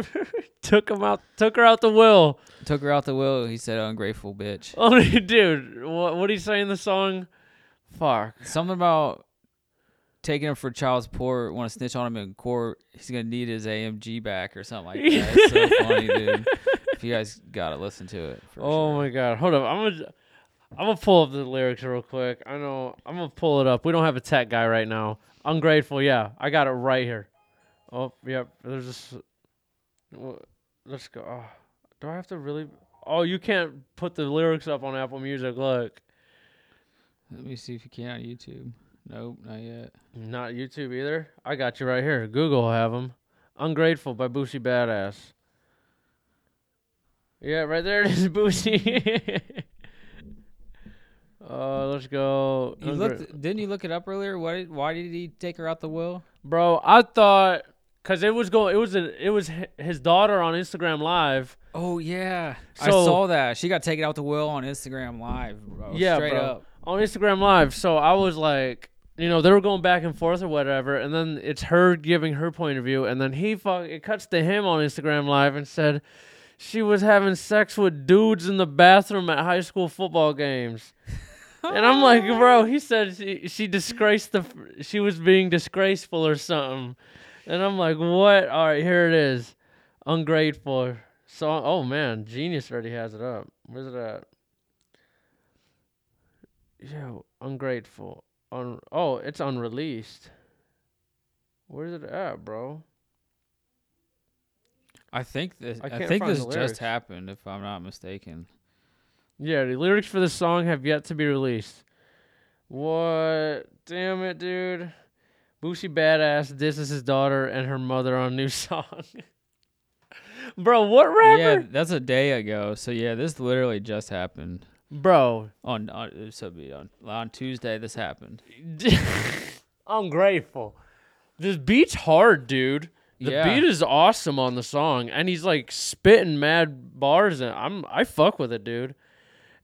[SPEAKER 1] took him out. Took her out the will.
[SPEAKER 3] Took her out the will. He said, "Ungrateful bitch."
[SPEAKER 1] Oh, dude, what what do you say in the song? Fuck.
[SPEAKER 3] Something about taking him for child support. Want to snitch on him in court? He's gonna need his AMG back or something like that. It's so funny, dude. If you guys gotta listen to it. For
[SPEAKER 1] Oh
[SPEAKER 3] sure.
[SPEAKER 1] my god. Hold up. I'm gonna I'm gonna pull up the lyrics real quick. I know I'm gonna pull it up. We don't have a tech guy right now. Ungrateful, yeah. I got it right here. Oh, yep. There's this wha- let's go. Oh, do I have to really Oh, you can't put the lyrics up on Apple Music, look.
[SPEAKER 3] Let me see if you can on YouTube. Nope, not yet.
[SPEAKER 1] Not YouTube either. I got you right here. Google will have them. Ungrateful by Boosie Badass. Yeah, right there it is, Boosie. uh, let's go.
[SPEAKER 3] You
[SPEAKER 1] Ungra-
[SPEAKER 3] looked, didn't you look it up earlier? Why? Why did he take her out the will?
[SPEAKER 1] bro. I thought because it was going. It was an, It was hi- his daughter on Instagram Live.
[SPEAKER 3] Oh yeah, I
[SPEAKER 1] So-
[SPEAKER 3] saw that. She got taken out the will on Instagram Live, bro.
[SPEAKER 1] yeah,
[SPEAKER 3] straight
[SPEAKER 1] bro.
[SPEAKER 3] up.
[SPEAKER 1] On Instagram Live. So I was like, you know, they were going back and forth or whatever, and then it's her giving her point of view, and then he fuck it cuts to him on Instagram Live and said she was having sex with dudes in the bathroom at high school football games. And I'm like, bro, he said she, she disgraced the, f- she was being disgraceful or something. And I'm like, what? All right, here it is. Ungrateful. So, oh man, Genius already has it up. Where's it at? Yo, ungrateful. Un- oh, it's unreleased. Where's it at, bro?
[SPEAKER 3] I think this.
[SPEAKER 1] I
[SPEAKER 3] I,
[SPEAKER 1] can't
[SPEAKER 3] think
[SPEAKER 1] find
[SPEAKER 3] this
[SPEAKER 1] the lyrics.
[SPEAKER 3] just happened, if I'm not mistaken.
[SPEAKER 1] Yeah, the lyrics for this song have yet to be released. What? Damn it, dude. Boosie Badass disses his daughter and her mother on new song. Bro, what
[SPEAKER 3] Yeah,
[SPEAKER 1] rapper?
[SPEAKER 3] that's a day ago. So yeah, this literally just happened
[SPEAKER 1] Bro,
[SPEAKER 3] on on so it'd be on on Tuesday. This happened.
[SPEAKER 1] I'm grateful. This beat's hard, dude. The
[SPEAKER 3] Yeah.
[SPEAKER 1] beat is awesome on the song, and he's like spitting mad bars, and I'm I fuck with it, dude.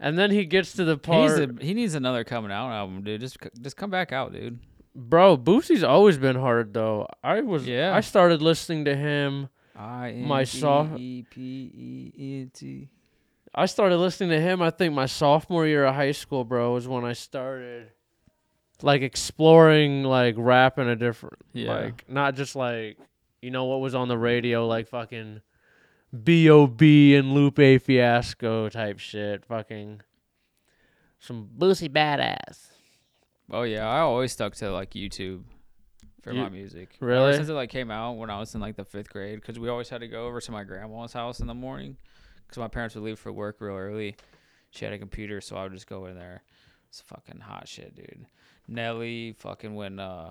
[SPEAKER 1] And then he gets to the
[SPEAKER 3] He needs,
[SPEAKER 1] part,
[SPEAKER 3] a- he needs another coming out album, dude. Just c- just come back out, dude.
[SPEAKER 1] bro. Boosie's always been hard, though. I was,
[SPEAKER 3] Yeah.
[SPEAKER 1] I started listening to him.
[SPEAKER 3] I E
[SPEAKER 1] My song- I started listening to him. I think my sophomore year of high school, bro, was when I started like exploring like rap in a different
[SPEAKER 3] Yeah.
[SPEAKER 1] Like not just like you know what was on the radio, like fucking B.O.B. and Lupe Fiasco type shit. Fucking some boosie badass.
[SPEAKER 3] Oh yeah, I always stuck to like YouTube for
[SPEAKER 1] You-
[SPEAKER 3] my music. Ever
[SPEAKER 1] Really?
[SPEAKER 3] since it like came out when I was in like the fifth grade, because we always had to go over to my grandma's house in the morning, because my parents would leave for work real early. She had a computer, so I would just go in there. It's fucking hot shit, dude. Nelly, fucking when uh,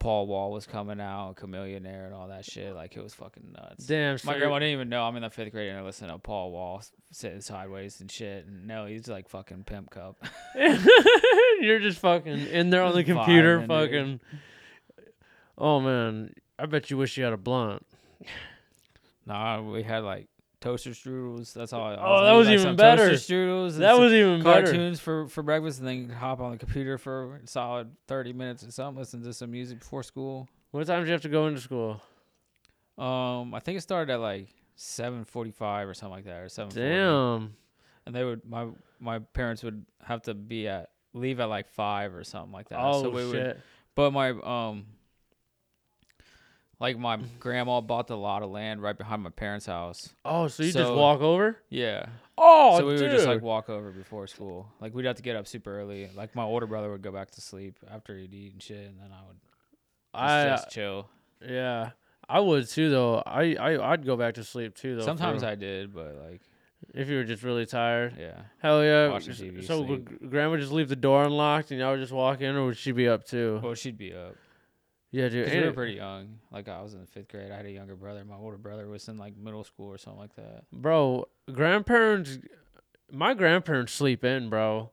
[SPEAKER 3] Paul Wall was coming out, Chameleonaire, and all that shit. Like it was fucking nuts.
[SPEAKER 1] Damn, so
[SPEAKER 3] My
[SPEAKER 1] you-
[SPEAKER 3] grandma didn't even know I'm in the fifth grade and I listen to Paul Wall s- sitting sideways and shit. And no, he's like fucking pimp cup.
[SPEAKER 1] You're just fucking in there on the
[SPEAKER 3] Just
[SPEAKER 1] computer,
[SPEAKER 3] vibing,
[SPEAKER 1] fucking.
[SPEAKER 3] dude.
[SPEAKER 1] Oh man, I bet you wish you had a blunt.
[SPEAKER 3] Nah, we had like toaster strudels. That's all. I
[SPEAKER 1] Oh, that was
[SPEAKER 3] always made, like,
[SPEAKER 1] even
[SPEAKER 3] some
[SPEAKER 1] better.
[SPEAKER 3] Toaster strudels. and
[SPEAKER 1] That
[SPEAKER 3] some
[SPEAKER 1] was even better.
[SPEAKER 3] cartoons for for breakfast, and then hop on the computer for a solid thirty minutes or something. Listen to some music before school.
[SPEAKER 1] What time do you have to go into school?
[SPEAKER 3] Um, I think it started at like seven forty five or something like that, or seven.
[SPEAKER 1] Damn.
[SPEAKER 3] And they would my my parents would have to be at leave at like five or something like that.
[SPEAKER 1] Oh
[SPEAKER 3] so we Would,
[SPEAKER 1] shit.
[SPEAKER 3] But my um like my grandma bought a lot of land right behind my parents' house.
[SPEAKER 1] Oh, so you just
[SPEAKER 3] So-
[SPEAKER 1] walk over?
[SPEAKER 3] Yeah.
[SPEAKER 1] Oh,
[SPEAKER 3] so we
[SPEAKER 1] dude.
[SPEAKER 3] would just like walk over before school. Like we'd have to get up super early. Like my older brother would go back to sleep after he'd eat and shit, and then I would
[SPEAKER 1] I,
[SPEAKER 3] just, just chill.
[SPEAKER 1] yeah, I would too though. I I I'd go back to sleep too though.
[SPEAKER 3] Sometimes
[SPEAKER 1] for-
[SPEAKER 3] I did, but like
[SPEAKER 1] if you were just really tired.
[SPEAKER 3] yeah,
[SPEAKER 1] Hell yeah.
[SPEAKER 3] Watching
[SPEAKER 1] S-
[SPEAKER 3] TV,
[SPEAKER 1] so would gr- grandma just leave the door unlocked and y'all would just walk in, or would she be up too?
[SPEAKER 3] well she'd be up.
[SPEAKER 1] yeah, dude.
[SPEAKER 3] 'Cause
[SPEAKER 1] ain't
[SPEAKER 3] we were
[SPEAKER 1] it-
[SPEAKER 3] pretty young. Like I was in the fifth grade. I had a younger brother. My older brother was in like middle school or something like that.
[SPEAKER 1] bro, grandparents. My grandparents sleep in, bro.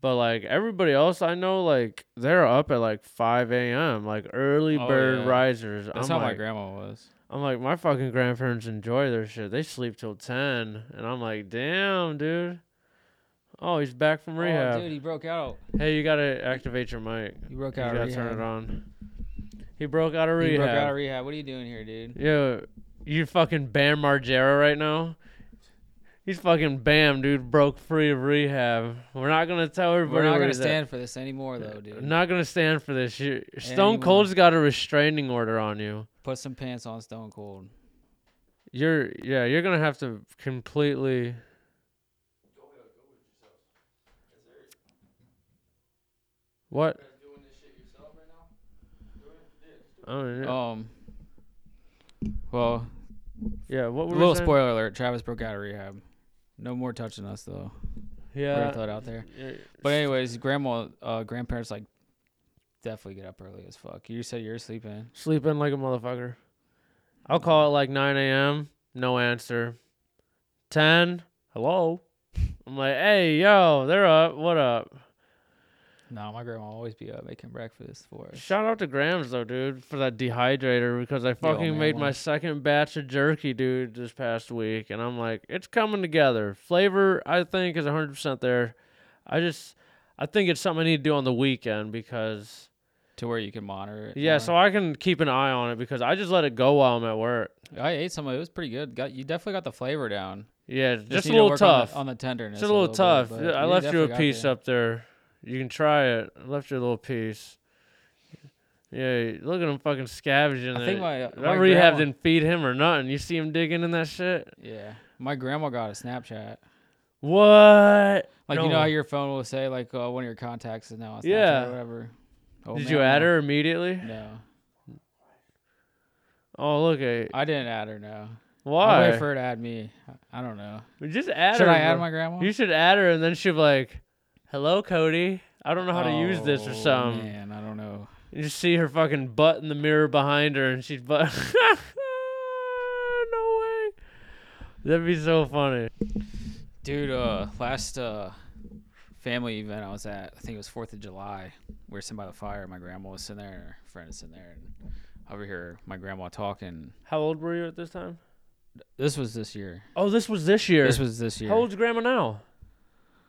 [SPEAKER 1] But like everybody else I know, like they're up at like 5 a.m. Like early
[SPEAKER 3] Oh,
[SPEAKER 1] bird
[SPEAKER 3] yeah.
[SPEAKER 1] risers.
[SPEAKER 3] That's
[SPEAKER 1] I'm
[SPEAKER 3] how my
[SPEAKER 1] like- "Oh,
[SPEAKER 3] grandma was.
[SPEAKER 1] I'm like, my fucking grandparents enjoy their shit. They sleep till ten, and I'm like, damn, dude. Oh, he's back from
[SPEAKER 3] Oh,
[SPEAKER 1] rehab.
[SPEAKER 3] dude, he broke out.
[SPEAKER 1] hey, you gotta activate your mic.
[SPEAKER 3] He broke
[SPEAKER 1] You
[SPEAKER 3] out.
[SPEAKER 1] gotta
[SPEAKER 3] of rehab.
[SPEAKER 1] turn it on. He broke out of
[SPEAKER 3] He
[SPEAKER 1] rehab.
[SPEAKER 3] broke out of rehab. What are you doing here, dude?
[SPEAKER 1] Yo, you fucking Bam Margera right now. He's fucking Bam, dude. Broke free of rehab. We're not gonna tell everybody.
[SPEAKER 3] We're not
[SPEAKER 1] where
[SPEAKER 3] gonna
[SPEAKER 1] he's at.
[SPEAKER 3] stand for this anymore, though, dude.
[SPEAKER 1] Not gonna stand for this. You, Stone
[SPEAKER 3] Anymore.
[SPEAKER 1] Cold's got a restraining order on you.
[SPEAKER 3] Put some pants on, Stone Cold.
[SPEAKER 1] You're yeah, you're gonna have to completely. What? I don't know.
[SPEAKER 3] Um. Well,
[SPEAKER 1] yeah, what
[SPEAKER 3] a
[SPEAKER 1] were
[SPEAKER 3] little
[SPEAKER 1] we saying?
[SPEAKER 3] spoiler alert: Travis broke out of rehab. No more touching us though. We're gonna
[SPEAKER 1] Yeah.
[SPEAKER 3] throw it out there.
[SPEAKER 1] yeah,
[SPEAKER 3] But anyways, grandma, uh, grandparents like definitely get up early as fuck. You said you're sleeping.
[SPEAKER 1] Sleep in like a motherfucker. I'll call it like 9 a.m. No answer. 10. Hello. I'm like, hey, yo, they're up. What up?
[SPEAKER 3] No, my grandma always be up making breakfast for us.
[SPEAKER 1] Shout out to Grams though, dude, for that dehydrator because I fucking
[SPEAKER 3] man,
[SPEAKER 1] made my
[SPEAKER 3] why?
[SPEAKER 1] second batch of jerky, dude, this past week, and I'm like, it's coming together. Flavor, I think, is 100 percent there. I just, I think it's something I need to do on the weekend because
[SPEAKER 3] to where you can monitor it.
[SPEAKER 1] Yeah,
[SPEAKER 3] more.
[SPEAKER 1] so I can keep an eye on it because I just let it go while I'm at work.
[SPEAKER 3] I ate some of it. It was pretty good. Got you definitely got the flavor down.
[SPEAKER 1] Yeah, just, a
[SPEAKER 3] need to
[SPEAKER 1] little
[SPEAKER 3] work on the-
[SPEAKER 1] tough.
[SPEAKER 3] on the, tenderness.
[SPEAKER 1] just a little, tough.
[SPEAKER 3] bit,
[SPEAKER 1] Yeah,
[SPEAKER 3] but
[SPEAKER 1] I left you
[SPEAKER 3] definitely
[SPEAKER 1] a
[SPEAKER 3] got
[SPEAKER 1] piece
[SPEAKER 3] there.
[SPEAKER 1] up there. You can try it. I left you a little piece. Yeah, look at him fucking scavenging.
[SPEAKER 3] I think
[SPEAKER 1] it.
[SPEAKER 3] my-
[SPEAKER 1] that
[SPEAKER 3] my
[SPEAKER 1] rehab
[SPEAKER 3] grandma-
[SPEAKER 1] didn't feed him or nothing. You see him digging in that shit.
[SPEAKER 3] Yeah, my grandma got a Snapchat.
[SPEAKER 1] What?
[SPEAKER 3] Like you know
[SPEAKER 1] No.
[SPEAKER 3] how your phone will say like uh, one of your contacts is now on Snapchat
[SPEAKER 1] Yeah.
[SPEAKER 3] or whatever. Oh,
[SPEAKER 1] Did
[SPEAKER 3] man,
[SPEAKER 1] you add
[SPEAKER 3] no.
[SPEAKER 1] her immediately?
[SPEAKER 3] No,
[SPEAKER 1] Oh, look at
[SPEAKER 3] I didn't add her. No, I
[SPEAKER 1] why?
[SPEAKER 3] wait for her to add me. I- I don't know.
[SPEAKER 1] just add
[SPEAKER 3] Should
[SPEAKER 1] her.
[SPEAKER 3] I add
[SPEAKER 1] bro.
[SPEAKER 3] my grandma?
[SPEAKER 1] You should add her, and then she'll be like, "Hello, Cody. I don't know how to use this or
[SPEAKER 3] Oh,
[SPEAKER 1] something."
[SPEAKER 3] Man, I don't know.
[SPEAKER 1] You just see her fucking butt in the mirror behind her, and she's butt. no way. That'd be so funny.
[SPEAKER 3] Dude, uh, last uh, family event I was at, I think it was Fourth of July. We were sitting by the fire. My grandma was sitting there, and her friend is sitting there, and over here, my grandma talking.
[SPEAKER 1] How old were you at this time?
[SPEAKER 3] This was this year.
[SPEAKER 1] Oh, this was this year.
[SPEAKER 3] This was this year.
[SPEAKER 1] How old's Grandma now?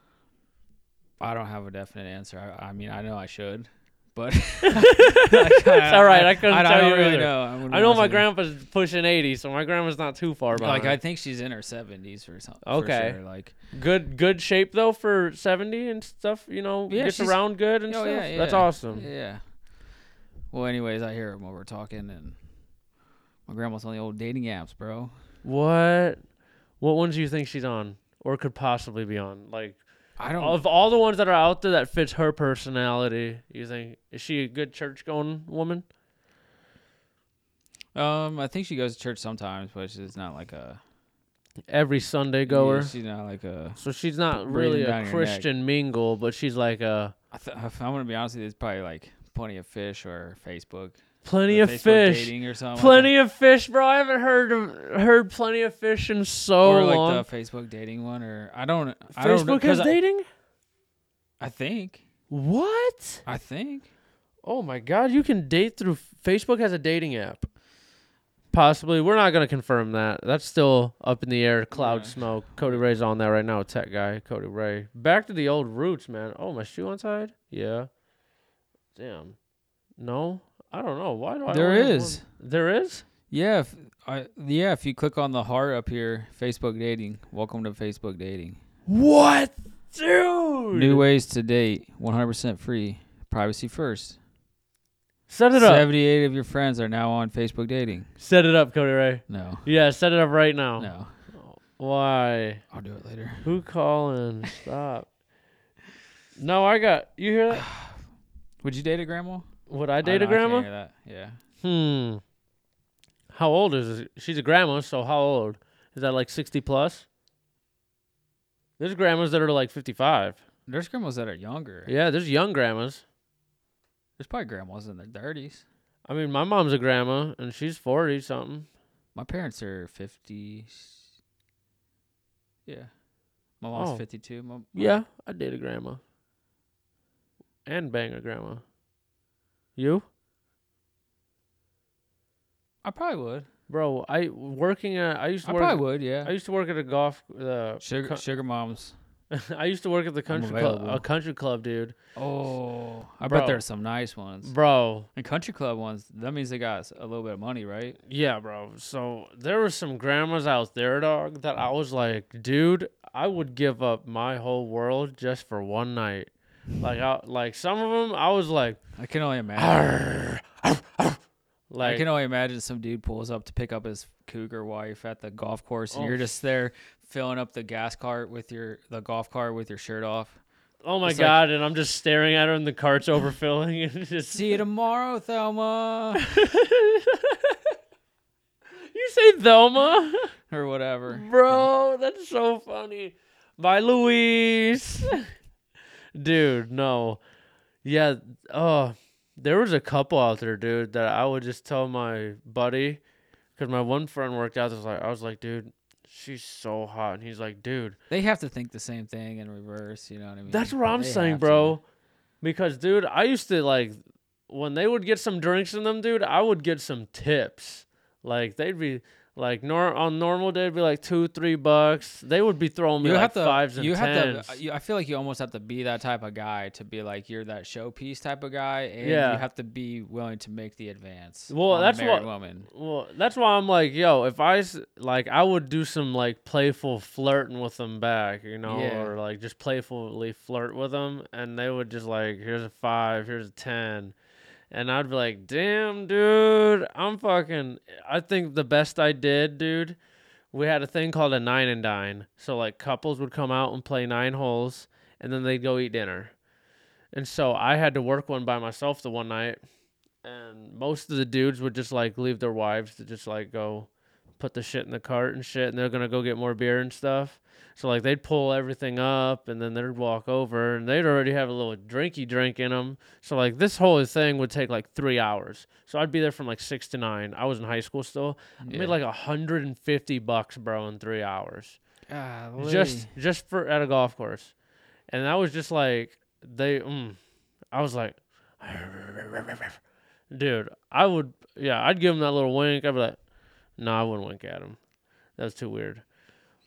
[SPEAKER 3] I don't have a definite answer. I, I mean, I know I should, but
[SPEAKER 1] it's all right. I couldn't tell
[SPEAKER 3] don't
[SPEAKER 1] you
[SPEAKER 3] really
[SPEAKER 1] either.
[SPEAKER 3] know. I, wouldn't
[SPEAKER 1] I know
[SPEAKER 3] honestly
[SPEAKER 1] my grandpa's pushing eighty, so my grandma's not too far behind.
[SPEAKER 3] Like I think she's in her seventies or something.
[SPEAKER 1] Okay.
[SPEAKER 3] sure. Like
[SPEAKER 1] good, good shape though for seventy and stuff. You know,
[SPEAKER 3] Yeah,
[SPEAKER 1] gets
[SPEAKER 3] she's-
[SPEAKER 1] around good and
[SPEAKER 3] Oh,
[SPEAKER 1] stuff.
[SPEAKER 3] yeah,
[SPEAKER 1] That's
[SPEAKER 3] yeah.
[SPEAKER 1] awesome.
[SPEAKER 3] Yeah. Well, anyways, I hear him while we're talking, and my grandma's on the old dating apps, bro.
[SPEAKER 1] What? What ones do you think she's on, or could possibly be on? Like
[SPEAKER 3] I don't.
[SPEAKER 1] of all the ones that are out there that fits her personality, you think is she a good church going woman?
[SPEAKER 3] um, I think she goes to church sometimes, but she's not like a
[SPEAKER 1] Every Sunday
[SPEAKER 3] yeah,
[SPEAKER 1] goer.
[SPEAKER 3] she's not like a.
[SPEAKER 1] so she's not
[SPEAKER 3] breathing
[SPEAKER 1] really
[SPEAKER 3] down
[SPEAKER 1] a
[SPEAKER 3] your neck.
[SPEAKER 1] Christian mingle, but she's like a
[SPEAKER 3] I th- if I'm gonna be honest with you, it's probably like plenty of fish or Facebook.
[SPEAKER 1] plenty
[SPEAKER 3] or
[SPEAKER 1] of
[SPEAKER 3] Facebook
[SPEAKER 1] fish.
[SPEAKER 3] dating or something.
[SPEAKER 1] Plenty of fish, bro. I haven't heard of, heard plenty of fish in so
[SPEAKER 3] Or like
[SPEAKER 1] long.
[SPEAKER 3] the Facebook dating one, or I don't. I don't know,
[SPEAKER 1] Facebook has
[SPEAKER 3] 'cause I-
[SPEAKER 1] dating?
[SPEAKER 3] I think.
[SPEAKER 1] What?
[SPEAKER 3] I think.
[SPEAKER 1] Oh my god, you can date through Facebook has a dating app. Possibly. We're not gonna confirm that. That's still up in the air, cloud
[SPEAKER 3] Yeah.
[SPEAKER 1] smoke. Cody Ray's on that right now, tech guy, Cody Ray. Back to the old roots, man. Oh my shoe untied? Yeah. Damn. No? I don't know. Why do I
[SPEAKER 3] There
[SPEAKER 1] only have
[SPEAKER 3] is.
[SPEAKER 1] one? There is?
[SPEAKER 3] Yeah, if I yeah, if you click on the heart up here, Facebook dating. Welcome to Facebook dating.
[SPEAKER 1] What? Dude.
[SPEAKER 3] New ways to date, 100% free, privacy first.
[SPEAKER 1] set it up.
[SPEAKER 3] 78 of your friends are now on Facebook dating.
[SPEAKER 1] Set it up, Cody Ray.
[SPEAKER 3] No.
[SPEAKER 1] Yeah, set it up right now.
[SPEAKER 3] No.
[SPEAKER 1] Why?
[SPEAKER 3] I'll do it later.
[SPEAKER 1] Who calling? Stop. no, I got you hear that?
[SPEAKER 3] Would you date a grandma?
[SPEAKER 1] Would I date a grandma?
[SPEAKER 3] can't hear that. Yeah.
[SPEAKER 1] Hmm. How old is it? she's a grandma? So how old is that? Like sixty plus? There's grandmas that are like fifty-five.
[SPEAKER 3] There's grandmas that are younger.
[SPEAKER 1] Yeah, there's young grandmas.
[SPEAKER 3] There's probably grandmas in their 30s.
[SPEAKER 1] I mean, my mom's a grandma and she's forty something.
[SPEAKER 3] My parents are 50. Yeah. My mom's
[SPEAKER 1] Oh.
[SPEAKER 3] 52. My, my-
[SPEAKER 1] Yeah, I date a grandma. And bang a grandma. You,
[SPEAKER 3] I probably would.
[SPEAKER 1] bro? I working at. I used to
[SPEAKER 3] I
[SPEAKER 1] work.
[SPEAKER 3] probably would, yeah.
[SPEAKER 1] I used to work at a golf. Uh,
[SPEAKER 3] sugar
[SPEAKER 1] co-
[SPEAKER 3] sugar moms.
[SPEAKER 1] I used to work at the country club,
[SPEAKER 3] available.
[SPEAKER 1] a country club, dude.
[SPEAKER 3] Oh, I
[SPEAKER 1] Bro.
[SPEAKER 3] bet there's some nice ones.
[SPEAKER 1] Bro,
[SPEAKER 3] And country club ones, that means they got a little bit of money, right?
[SPEAKER 1] yeah, bro. So there were some grandmas out there, dog, that I was like, dude, I would give up my whole world just for one night. Like, I, like some of them, I was like,
[SPEAKER 3] I can only imagine. I
[SPEAKER 1] like,
[SPEAKER 3] can only imagine some dude pulls up to pick up his cougar wife at the golf course, and
[SPEAKER 1] Oh,
[SPEAKER 3] you're just there filling up the gas cart with your the golf cart with your shirt off.
[SPEAKER 1] oh my
[SPEAKER 3] it's like-
[SPEAKER 1] god, and I'm just staring at her, and the cart's overfilling, and just
[SPEAKER 3] See you tomorrow, Thelma,
[SPEAKER 1] you say Thelma,
[SPEAKER 3] or whatever.
[SPEAKER 1] bro? That's so funny. Bye, Luis. dude, no. Yeah, oh, there was a couple out there, dude, that I would just tell my buddy, because my one friend worked out. This like I was like, dude, she's so hot, and he's like, dude,
[SPEAKER 3] They have to think the same thing in reverse. You know what I mean?
[SPEAKER 1] that's what I'm
[SPEAKER 3] They
[SPEAKER 1] saying,
[SPEAKER 3] have to.
[SPEAKER 1] bro. Because, dude, I used to like when they would get some drinks in them, dude. I would get some tips. Like they'd be Like nor on normal day, it'd be like two, three bucks. They would be throwing me
[SPEAKER 3] you
[SPEAKER 1] like
[SPEAKER 3] have to
[SPEAKER 1] fives and
[SPEAKER 3] you
[SPEAKER 1] tens.
[SPEAKER 3] have to uh, you, I feel like you almost have to be that type of guy to be like you're that showpiece type of guy and
[SPEAKER 1] Yeah.
[SPEAKER 3] you have to be willing to make the advance.
[SPEAKER 1] Well,
[SPEAKER 3] on a
[SPEAKER 1] that's what-
[SPEAKER 3] married woman.
[SPEAKER 1] well, that's why I'm like, yo, if I s- like, I would do some like playful flirting with them back, you know,
[SPEAKER 3] Yeah.
[SPEAKER 1] or like just playfully flirt with them, and they would just like, here's a five, here's a ten, and I'd be like, damn, dude, I'm fucking. I think the best I did, dude, we had a thing called a nine and dine. So like couples would come out and play nine holes, and then they'd go eat dinner. And so I had to work one by myself the one night, and most of the dudes would just like leave their wives to just like go put the shit in the cart and shit, and they're gonna go get more beer and stuff. So like they'd pull everything up, and then they'd walk over, and they'd already have a little drinky drink in them. So like this whole thing would take like three hours. So I'd be there from like six to nine. I was in high school still. I
[SPEAKER 3] Yeah.
[SPEAKER 1] made like hundred and fifty bucks, bro, in three hours just
[SPEAKER 3] Golly.
[SPEAKER 1] just for at a golf course, and that was just like they. Mm, I was like, dude, I would yeah, I'd give him that little wink. I'd be like, no, I wouldn't wink at him. That's too weird.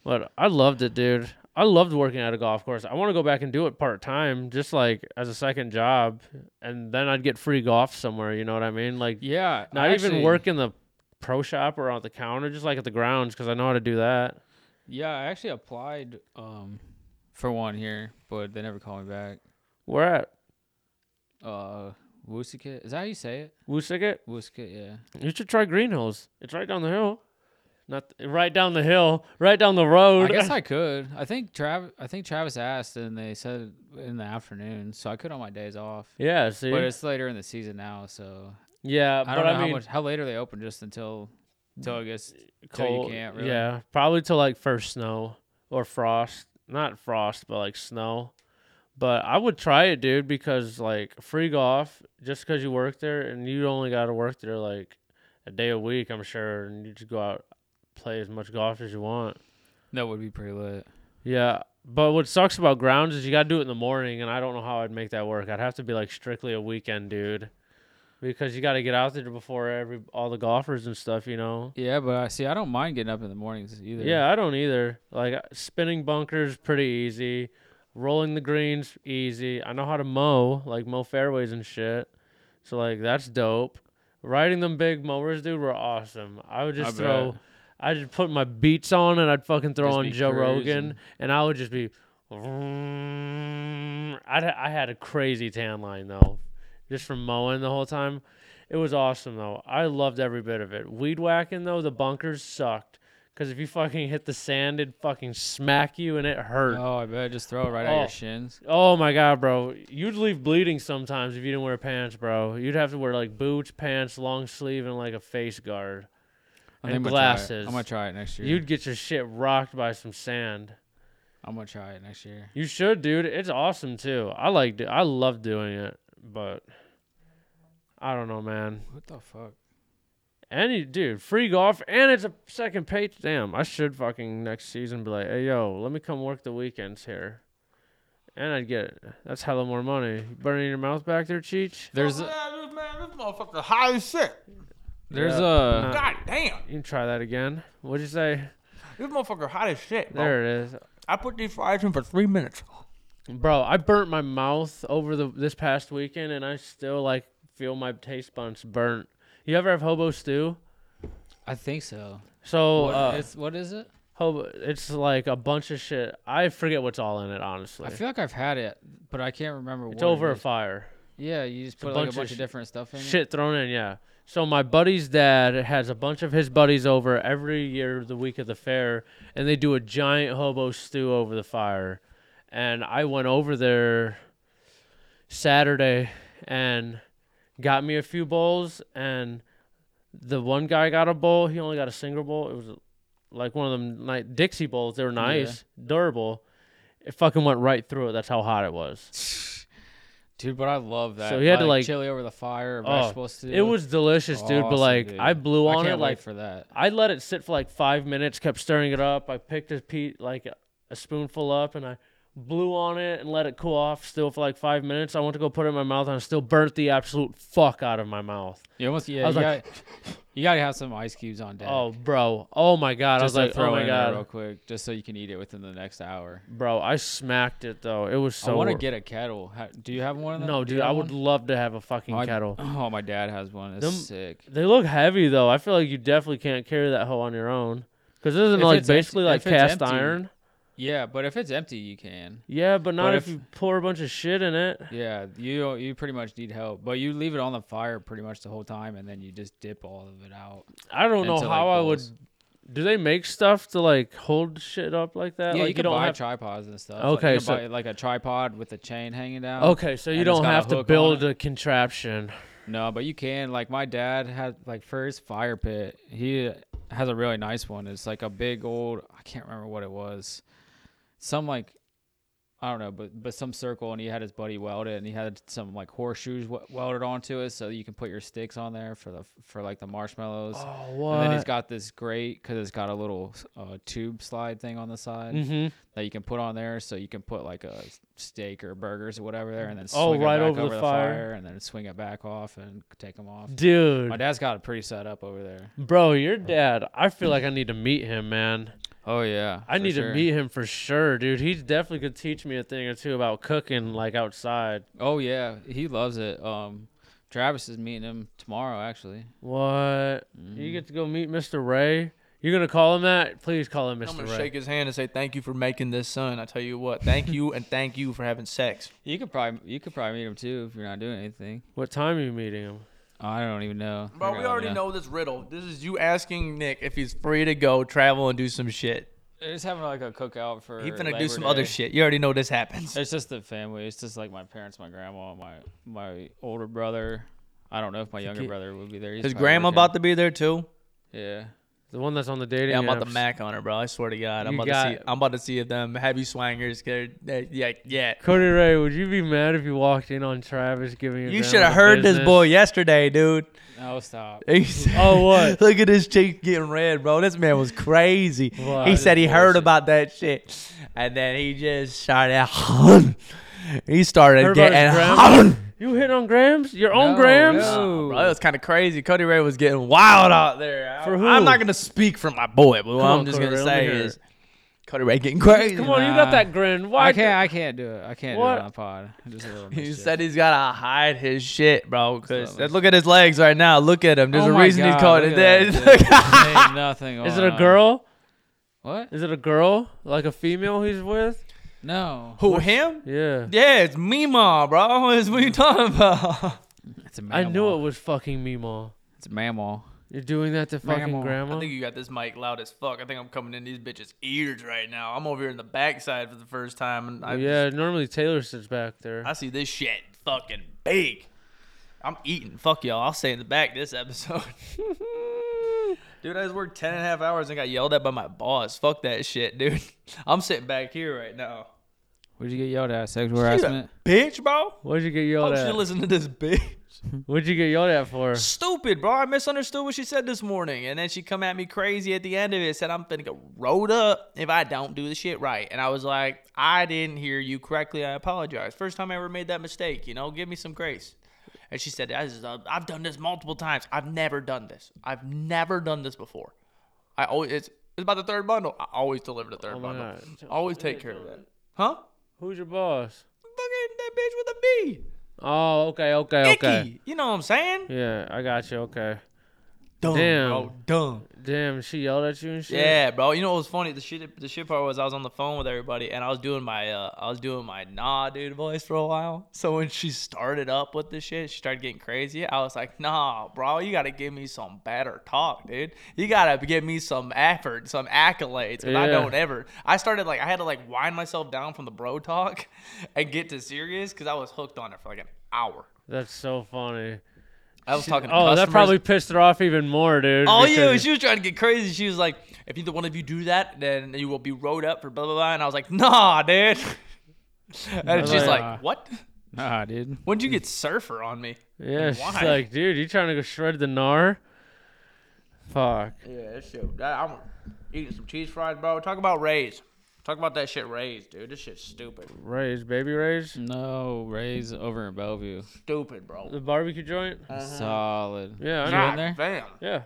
[SPEAKER 1] But I loved it, dude. I loved working at a golf course. I want to go back and do it part time, just like as a second job, and then I'd get free golf somewhere. You know what I mean? Like
[SPEAKER 3] yeah,
[SPEAKER 1] not
[SPEAKER 3] I
[SPEAKER 1] even
[SPEAKER 3] actually-
[SPEAKER 1] work in the pro shop or on the counter, just like at the grounds, because I know how to do that.
[SPEAKER 3] Yeah, I actually applied um for one here, but they never called me back.
[SPEAKER 1] Where at
[SPEAKER 3] Uh, Woosakit. Is that how you say it?
[SPEAKER 1] Woosicket?
[SPEAKER 3] Woosakit. Yeah.
[SPEAKER 1] You should try Green Hills. It's right down the hill. Not th- right down the hill, right down the road.
[SPEAKER 3] I guess I could. I think Trav. I think Travis asked, and they said in the afternoon, so I could on my days off.
[SPEAKER 1] yeah, see.
[SPEAKER 3] But it's later in the season now, so
[SPEAKER 1] yeah,
[SPEAKER 3] I
[SPEAKER 1] but
[SPEAKER 3] don't know
[SPEAKER 1] I
[SPEAKER 3] how
[SPEAKER 1] mean,
[SPEAKER 3] much how late are they open just until until it gets till you
[SPEAKER 1] cold.
[SPEAKER 3] can't really-
[SPEAKER 1] Yeah, probably till like first snow or frost. Not frost, but like snow. But I would try it, dude, because like free golf, just because you work there and you only got to work there like a day a week, I'm sure, and you just go out play as much golf as you want.
[SPEAKER 3] that would be pretty lit.
[SPEAKER 1] Yeah, but what sucks about grounds is you gotta do it in the morning, and I don't know how I'd make that work. I'd have to be like strictly a weekend dude, because you gotta get out there before every all the golfers and stuff, you know.
[SPEAKER 3] Yeah, but I see. I don't mind getting up in the mornings either.
[SPEAKER 1] Yeah, I don't either. Like uh, spinning bunkers, pretty easy. Rolling the greens, easy. I know how to mow, like mow fairways and shit. So like that's dope. Riding them big mowers, dude, were awesome. I would just
[SPEAKER 3] I
[SPEAKER 1] throw,
[SPEAKER 3] bet.
[SPEAKER 1] I just put my beats on and I'd fucking throw
[SPEAKER 3] Just
[SPEAKER 1] on
[SPEAKER 3] be
[SPEAKER 1] Joe Rogan,
[SPEAKER 3] cruising.
[SPEAKER 1] and I would just be. I'd, I had a crazy tan line though, just from mowing the whole time. It was awesome though. I loved every bit of it. Weed whacking though, the bunkers sucked because if you fucking hit the sand, it'd fucking smack you and it hurt.
[SPEAKER 3] Oh, I bet just throw it right out
[SPEAKER 1] Oh.
[SPEAKER 3] your shins.
[SPEAKER 1] Oh my god, bro! You'd leave bleeding sometimes if you didn't wear pants, bro. You'd have to wear like boots, pants, long sleeve, and like a face guard.
[SPEAKER 3] I
[SPEAKER 1] And
[SPEAKER 3] think I'm gonna try it.
[SPEAKER 1] glasses.
[SPEAKER 3] I'm gonna try it next year.
[SPEAKER 1] You'd get your shit rocked by some sand.
[SPEAKER 3] I'm gonna try it next year.
[SPEAKER 1] You should, dude. It's awesome too. I like. do- I love doing it, but I don't know, man.
[SPEAKER 3] What the fuck?
[SPEAKER 1] Any dude, free golf, and it's a second pay. Damn, I should fucking next season be like, hey, yo, let me come work the weekends here, and I'd get that's hella more money. You burning your mouth back there, Cheech?
[SPEAKER 3] There's a,
[SPEAKER 2] Oh, Man, this motherfucker high as shit.
[SPEAKER 3] there's a
[SPEAKER 1] Nah,
[SPEAKER 2] God damn.
[SPEAKER 1] you can try that again. What'd you say?
[SPEAKER 2] This motherfucker hot as shit. Bro.
[SPEAKER 1] There it is,
[SPEAKER 2] I put these fries in for three minutes.
[SPEAKER 1] bro. I burnt my mouth over the this past weekend, and I still like feel my taste buds burnt. You ever have hobo stew?
[SPEAKER 3] I think so.
[SPEAKER 1] So
[SPEAKER 3] What-
[SPEAKER 1] uh,
[SPEAKER 3] it's what is it?
[SPEAKER 1] hobo, it's like a bunch of shit. I forget what's all in it, honestly.
[SPEAKER 3] I feel like I've had it, but I can't remember.
[SPEAKER 1] it's
[SPEAKER 3] what
[SPEAKER 1] over
[SPEAKER 3] It
[SPEAKER 1] a
[SPEAKER 3] is.
[SPEAKER 1] fire.
[SPEAKER 3] yeah, you just put
[SPEAKER 1] a
[SPEAKER 3] like
[SPEAKER 1] bunch of
[SPEAKER 3] a bunch of,
[SPEAKER 1] sh-
[SPEAKER 3] different stuff in. It.
[SPEAKER 1] Shit thrown in, yeah. So my buddy's dad has a bunch of his buddies over every year the week of the fair, and they do a giant hobo stew over the fire. And I went over there Saturday and got me a few bowls, and the one guy got a bowl. He only got a single bowl. It was like one of them night Dixie bowls. They were nice, durable. It fucking went right through it. That's how hot it was.
[SPEAKER 3] Dude, but I love that.
[SPEAKER 1] So he had to, like-
[SPEAKER 3] chili over the fire, or
[SPEAKER 1] Oh,
[SPEAKER 3] vegetables too.
[SPEAKER 1] It was delicious, dude. But
[SPEAKER 3] Awesome,
[SPEAKER 1] like,
[SPEAKER 3] dude.
[SPEAKER 1] I blew on
[SPEAKER 3] can't
[SPEAKER 1] it
[SPEAKER 3] wait
[SPEAKER 1] like
[SPEAKER 3] for that.
[SPEAKER 1] I let it sit for like five minutes, kept stirring it up. I picked a pe- like a, a spoonful up, and I blew on it and let it cool off still for like five minutes. I went to go put it in my mouth and I still burnt the absolute fuck out of my mouth.
[SPEAKER 3] You almost yeah.
[SPEAKER 1] I was
[SPEAKER 3] you,
[SPEAKER 1] like-
[SPEAKER 3] got, you gotta have some ice cubes on deck.
[SPEAKER 1] Oh, bro. Oh my god.
[SPEAKER 3] just
[SPEAKER 1] I was
[SPEAKER 3] to
[SPEAKER 1] like,
[SPEAKER 3] throw
[SPEAKER 1] oh my
[SPEAKER 3] in there real
[SPEAKER 1] god,
[SPEAKER 3] quick, just so you can eat it within the next hour.
[SPEAKER 1] bro. I smacked it though. It was so.
[SPEAKER 3] I want to get a kettle. Ha- Do you have one of them?
[SPEAKER 1] No,
[SPEAKER 3] Do you
[SPEAKER 1] dude. I
[SPEAKER 3] have
[SPEAKER 1] would
[SPEAKER 3] one?
[SPEAKER 1] love to have a fucking
[SPEAKER 3] My-
[SPEAKER 1] kettle.
[SPEAKER 3] Oh, my dad has one. It's
[SPEAKER 1] Them-
[SPEAKER 3] sick.
[SPEAKER 1] They look heavy though. I feel like you definitely can't carry that hoe on your own. Cause isn't it
[SPEAKER 3] If
[SPEAKER 1] like
[SPEAKER 3] it's empty-
[SPEAKER 1] basically like
[SPEAKER 3] if it's
[SPEAKER 1] cast
[SPEAKER 3] empty-
[SPEAKER 1] iron?
[SPEAKER 3] Yeah, but if it's empty, you can.
[SPEAKER 1] Yeah, but not
[SPEAKER 3] But
[SPEAKER 1] if
[SPEAKER 3] if-
[SPEAKER 1] you pour a bunch of shit in it.
[SPEAKER 3] Yeah, you you pretty much need help, but you leave it on the fire pretty much the whole time, and then you just dip all of it out.
[SPEAKER 1] I don't know
[SPEAKER 3] into, like,
[SPEAKER 1] how I would.
[SPEAKER 3] bowls.
[SPEAKER 1] Do they make stuff to like hold shit up like that?
[SPEAKER 3] yeah,
[SPEAKER 1] like,
[SPEAKER 3] you can buy
[SPEAKER 1] have-
[SPEAKER 3] tripods and stuff.
[SPEAKER 1] Okay,
[SPEAKER 3] like, you can
[SPEAKER 1] so-
[SPEAKER 3] buy, like a tripod with a chain hanging down.
[SPEAKER 1] Okay, so you
[SPEAKER 3] and it's
[SPEAKER 1] don't
[SPEAKER 3] got a
[SPEAKER 1] have to
[SPEAKER 3] hook on
[SPEAKER 1] build
[SPEAKER 3] it.
[SPEAKER 1] a contraption.
[SPEAKER 3] No, but you can. Like my dad had like for his fire pit, he has a really nice one. It's like a big old I can't remember what it was. Some like I don't know, but but some circle, and he had his buddy weld it, and he had some like horseshoes w- welded onto it, so you can put your sticks on there for the for like the marshmallows.
[SPEAKER 1] Oh,
[SPEAKER 3] And then he's
[SPEAKER 1] what?
[SPEAKER 3] got this great because it's got a little uh, tube slide thing on the side
[SPEAKER 1] Mm-hmm.
[SPEAKER 3] that you can put on there, so you can put like a steak or burgers or whatever there, and then
[SPEAKER 1] Oh,
[SPEAKER 3] swing it
[SPEAKER 1] right
[SPEAKER 3] back
[SPEAKER 1] over the fire.
[SPEAKER 3] and then swing it back off and take them off. My
[SPEAKER 1] Dude,
[SPEAKER 3] dad's got it pretty set up over there.
[SPEAKER 1] bro, your dad. I feel like I need to meet him, man.
[SPEAKER 3] Oh yeah,
[SPEAKER 1] I need to meet him for sure, dude. He definitely could teach me a thing or two about cooking, like outside.
[SPEAKER 3] Oh yeah, he loves it. Um, Travis is meeting him tomorrow actually.
[SPEAKER 1] What?
[SPEAKER 3] Mm.
[SPEAKER 1] You get to go meet Mr. Ray. You're gonna call him that? Please call him
[SPEAKER 4] I'm
[SPEAKER 1] Mr.
[SPEAKER 4] gonna
[SPEAKER 1] Ray.
[SPEAKER 4] shake his hand and say thank you for making this son. I tell you what, thank you and thank you for having sex.
[SPEAKER 3] You could probably you could probably meet him too if you're not doing anything.
[SPEAKER 1] What time are you meeting him?
[SPEAKER 3] I don't even know.
[SPEAKER 4] Bro,
[SPEAKER 3] You're
[SPEAKER 4] we
[SPEAKER 3] not
[SPEAKER 4] already
[SPEAKER 3] gonna-
[SPEAKER 4] know this riddle. This is you asking Nick if he's free to go travel and do some shit.
[SPEAKER 3] They're just having like a cookout for.
[SPEAKER 4] He's gonna
[SPEAKER 3] Labor
[SPEAKER 4] do some other
[SPEAKER 3] Day.
[SPEAKER 4] shit. You already know this happens.
[SPEAKER 3] It's just the family. It's just like my parents, my grandma, my my older brother. I don't know if my younger
[SPEAKER 1] kid-
[SPEAKER 3] brother would be there. He's
[SPEAKER 4] His
[SPEAKER 3] probably
[SPEAKER 4] grandma
[SPEAKER 3] working.
[SPEAKER 4] about to be there too.
[SPEAKER 3] Yeah.
[SPEAKER 1] The one that's on the dating.
[SPEAKER 4] Yeah, I'm about
[SPEAKER 1] apps.
[SPEAKER 4] to mac on her, bro. I swear to God, I'm
[SPEAKER 1] You
[SPEAKER 4] about
[SPEAKER 1] got-
[SPEAKER 4] to see. I'm about to see if them heavy swangers. get- eh, Yeah, yeah.
[SPEAKER 1] Cody Ray, would you be mad if you walked in on Travis giving your
[SPEAKER 4] You
[SPEAKER 1] grandma
[SPEAKER 4] should have
[SPEAKER 1] the
[SPEAKER 4] heard this
[SPEAKER 1] business?
[SPEAKER 4] boy yesterday, dude.
[SPEAKER 3] No, stop.
[SPEAKER 1] Oh, what?
[SPEAKER 4] Look at this cheek getting red, bro. This man was crazy.
[SPEAKER 1] Wow,
[SPEAKER 4] he
[SPEAKER 1] this
[SPEAKER 4] said he
[SPEAKER 1] is
[SPEAKER 4] heard
[SPEAKER 1] bullshit.
[SPEAKER 4] about that shit, and then he just started. he started
[SPEAKER 1] Heard about
[SPEAKER 4] getting.
[SPEAKER 1] his
[SPEAKER 4] bro,
[SPEAKER 1] grandma? You hit on Grams? Your own
[SPEAKER 3] No,
[SPEAKER 1] Grams?
[SPEAKER 3] no.
[SPEAKER 4] it was kind of crazy. Cody Ray was getting wild out there.
[SPEAKER 1] For
[SPEAKER 4] I,
[SPEAKER 1] who?
[SPEAKER 4] I'm not gonna speak for my boy, but what
[SPEAKER 1] Come
[SPEAKER 4] I'm
[SPEAKER 1] on,
[SPEAKER 4] just
[SPEAKER 1] Cody
[SPEAKER 4] gonna
[SPEAKER 1] Ray, let me
[SPEAKER 4] say
[SPEAKER 1] hear
[SPEAKER 4] is Cody Ray getting crazy.
[SPEAKER 1] Come on, you got
[SPEAKER 3] Nah.
[SPEAKER 1] that grin. Why
[SPEAKER 3] I can't. I can't do it. I can't
[SPEAKER 1] What?
[SPEAKER 3] do it on pod. I'm just a little
[SPEAKER 4] He
[SPEAKER 3] mischief.
[SPEAKER 4] said he's gotta hide his shit, bro. Cause
[SPEAKER 3] Something.
[SPEAKER 4] look at his legs right now. Look at him. There's
[SPEAKER 3] Oh
[SPEAKER 4] a
[SPEAKER 3] my
[SPEAKER 4] reason he's
[SPEAKER 3] God,
[SPEAKER 4] called
[SPEAKER 3] look
[SPEAKER 4] it
[SPEAKER 3] at that
[SPEAKER 4] dead.
[SPEAKER 3] dude. Ain't nothing.
[SPEAKER 1] Is it
[SPEAKER 3] going
[SPEAKER 1] a
[SPEAKER 3] on.
[SPEAKER 1] girl?
[SPEAKER 3] What?
[SPEAKER 1] Is it a girl? Like a female he's with?
[SPEAKER 3] No.
[SPEAKER 4] Who him?
[SPEAKER 1] Yeah.
[SPEAKER 4] Yeah, it's Mima, bro. What are you talking about?
[SPEAKER 3] It's a
[SPEAKER 1] I
[SPEAKER 3] mammal.
[SPEAKER 1] knew it was fucking Mima.
[SPEAKER 3] It's a mammal.
[SPEAKER 1] You're doing that to fucking
[SPEAKER 3] Mammal.
[SPEAKER 1] grandma?
[SPEAKER 4] I think you got this mic loud as fuck. I think I'm coming in these bitches' ears right now. I'm over here in the backside for the first time, and I,
[SPEAKER 1] yeah, normally Taylor sits back there.
[SPEAKER 4] I see this shit fucking big. I'm eating. Fuck y'all. I'll stay in the back this episode. dude, I just worked 10 and a half hours and got yelled at by my boss. Fuck that shit, dude. I'm sitting back here right now.
[SPEAKER 3] Where'd you get yelled at? Sexual
[SPEAKER 4] You a
[SPEAKER 3] harassment.
[SPEAKER 4] bitch, bro.
[SPEAKER 1] What'd you get yelled
[SPEAKER 4] Oh, she
[SPEAKER 1] at?
[SPEAKER 4] listen to this bitch.
[SPEAKER 1] What'd you get yelled at for?
[SPEAKER 4] Stupid, bro. I misunderstood what she said this morning. And then she come at me crazy at the end of it. Said I'm finna get rolled up if I don't do the shit right. And I was like, I didn't hear you correctly. I apologize. First time I ever made that mistake, you know? Give me some grace. And she said, "I just- I've done this multiple times. I've never done this. I've never done this before. I always, it's, it's about the third bundle. I always deliver the third
[SPEAKER 1] Oh my
[SPEAKER 4] bundle.
[SPEAKER 1] God.
[SPEAKER 4] Always take care of that. Huh?
[SPEAKER 1] Who's your boss?
[SPEAKER 4] Fucking that bitch with a B.
[SPEAKER 1] Oh, okay, okay, okay.
[SPEAKER 4] Icky. You know what I'm saying?
[SPEAKER 1] Yeah, I got you. Okay.
[SPEAKER 4] Dumb,
[SPEAKER 1] Damn.
[SPEAKER 4] bro. Dumb.
[SPEAKER 1] Damn, she yelled at you and shit.
[SPEAKER 4] Yeah, bro. You know what was funny? The shit, the shit part was I was on the phone with everybody and I was doing my, uh, I was doing my nah, dude voice for a while. So when she started up with the shit, she started getting crazy. I was like, nah, bro, you gotta give me some better talk, dude. You gotta give me some effort, some accolades, because I
[SPEAKER 1] Yeah.
[SPEAKER 4] don't ever. I started like I had to like wind myself down from the bro talk and get to serious because I was hooked on it for like an hour.
[SPEAKER 1] That's so funny.
[SPEAKER 4] I was talking. To
[SPEAKER 1] Oh, that
[SPEAKER 4] customers.
[SPEAKER 1] probably pissed her off even more, dude.
[SPEAKER 4] Oh yeah,
[SPEAKER 1] because-
[SPEAKER 4] she was trying to get crazy. She was like, "If either one of you do that, then you will be rode up for blah blah blah." And I was like, "Nah, dude." and she's
[SPEAKER 1] like,
[SPEAKER 3] uh,
[SPEAKER 4] like, "What?
[SPEAKER 3] Nah, dude.
[SPEAKER 4] When'd you get surfer on me?"
[SPEAKER 1] Yeah, she's
[SPEAKER 4] Why?
[SPEAKER 1] like, dude, you trying to go shred the gnar? Fuck.
[SPEAKER 4] Yeah, that shit. I'm eating some cheese fries, bro. Talk about Ray's. Talk about that shit raised, dude. This shit's stupid.
[SPEAKER 1] Rays, baby Rays,
[SPEAKER 3] No, Ray's over in Bellevue.
[SPEAKER 4] Stupid, bro.
[SPEAKER 1] the barbecue joint.
[SPEAKER 3] Uh-huh. Solid.
[SPEAKER 1] Yeah, I
[SPEAKER 3] you
[SPEAKER 1] know.
[SPEAKER 3] in there?
[SPEAKER 4] Damn.
[SPEAKER 1] Yeah,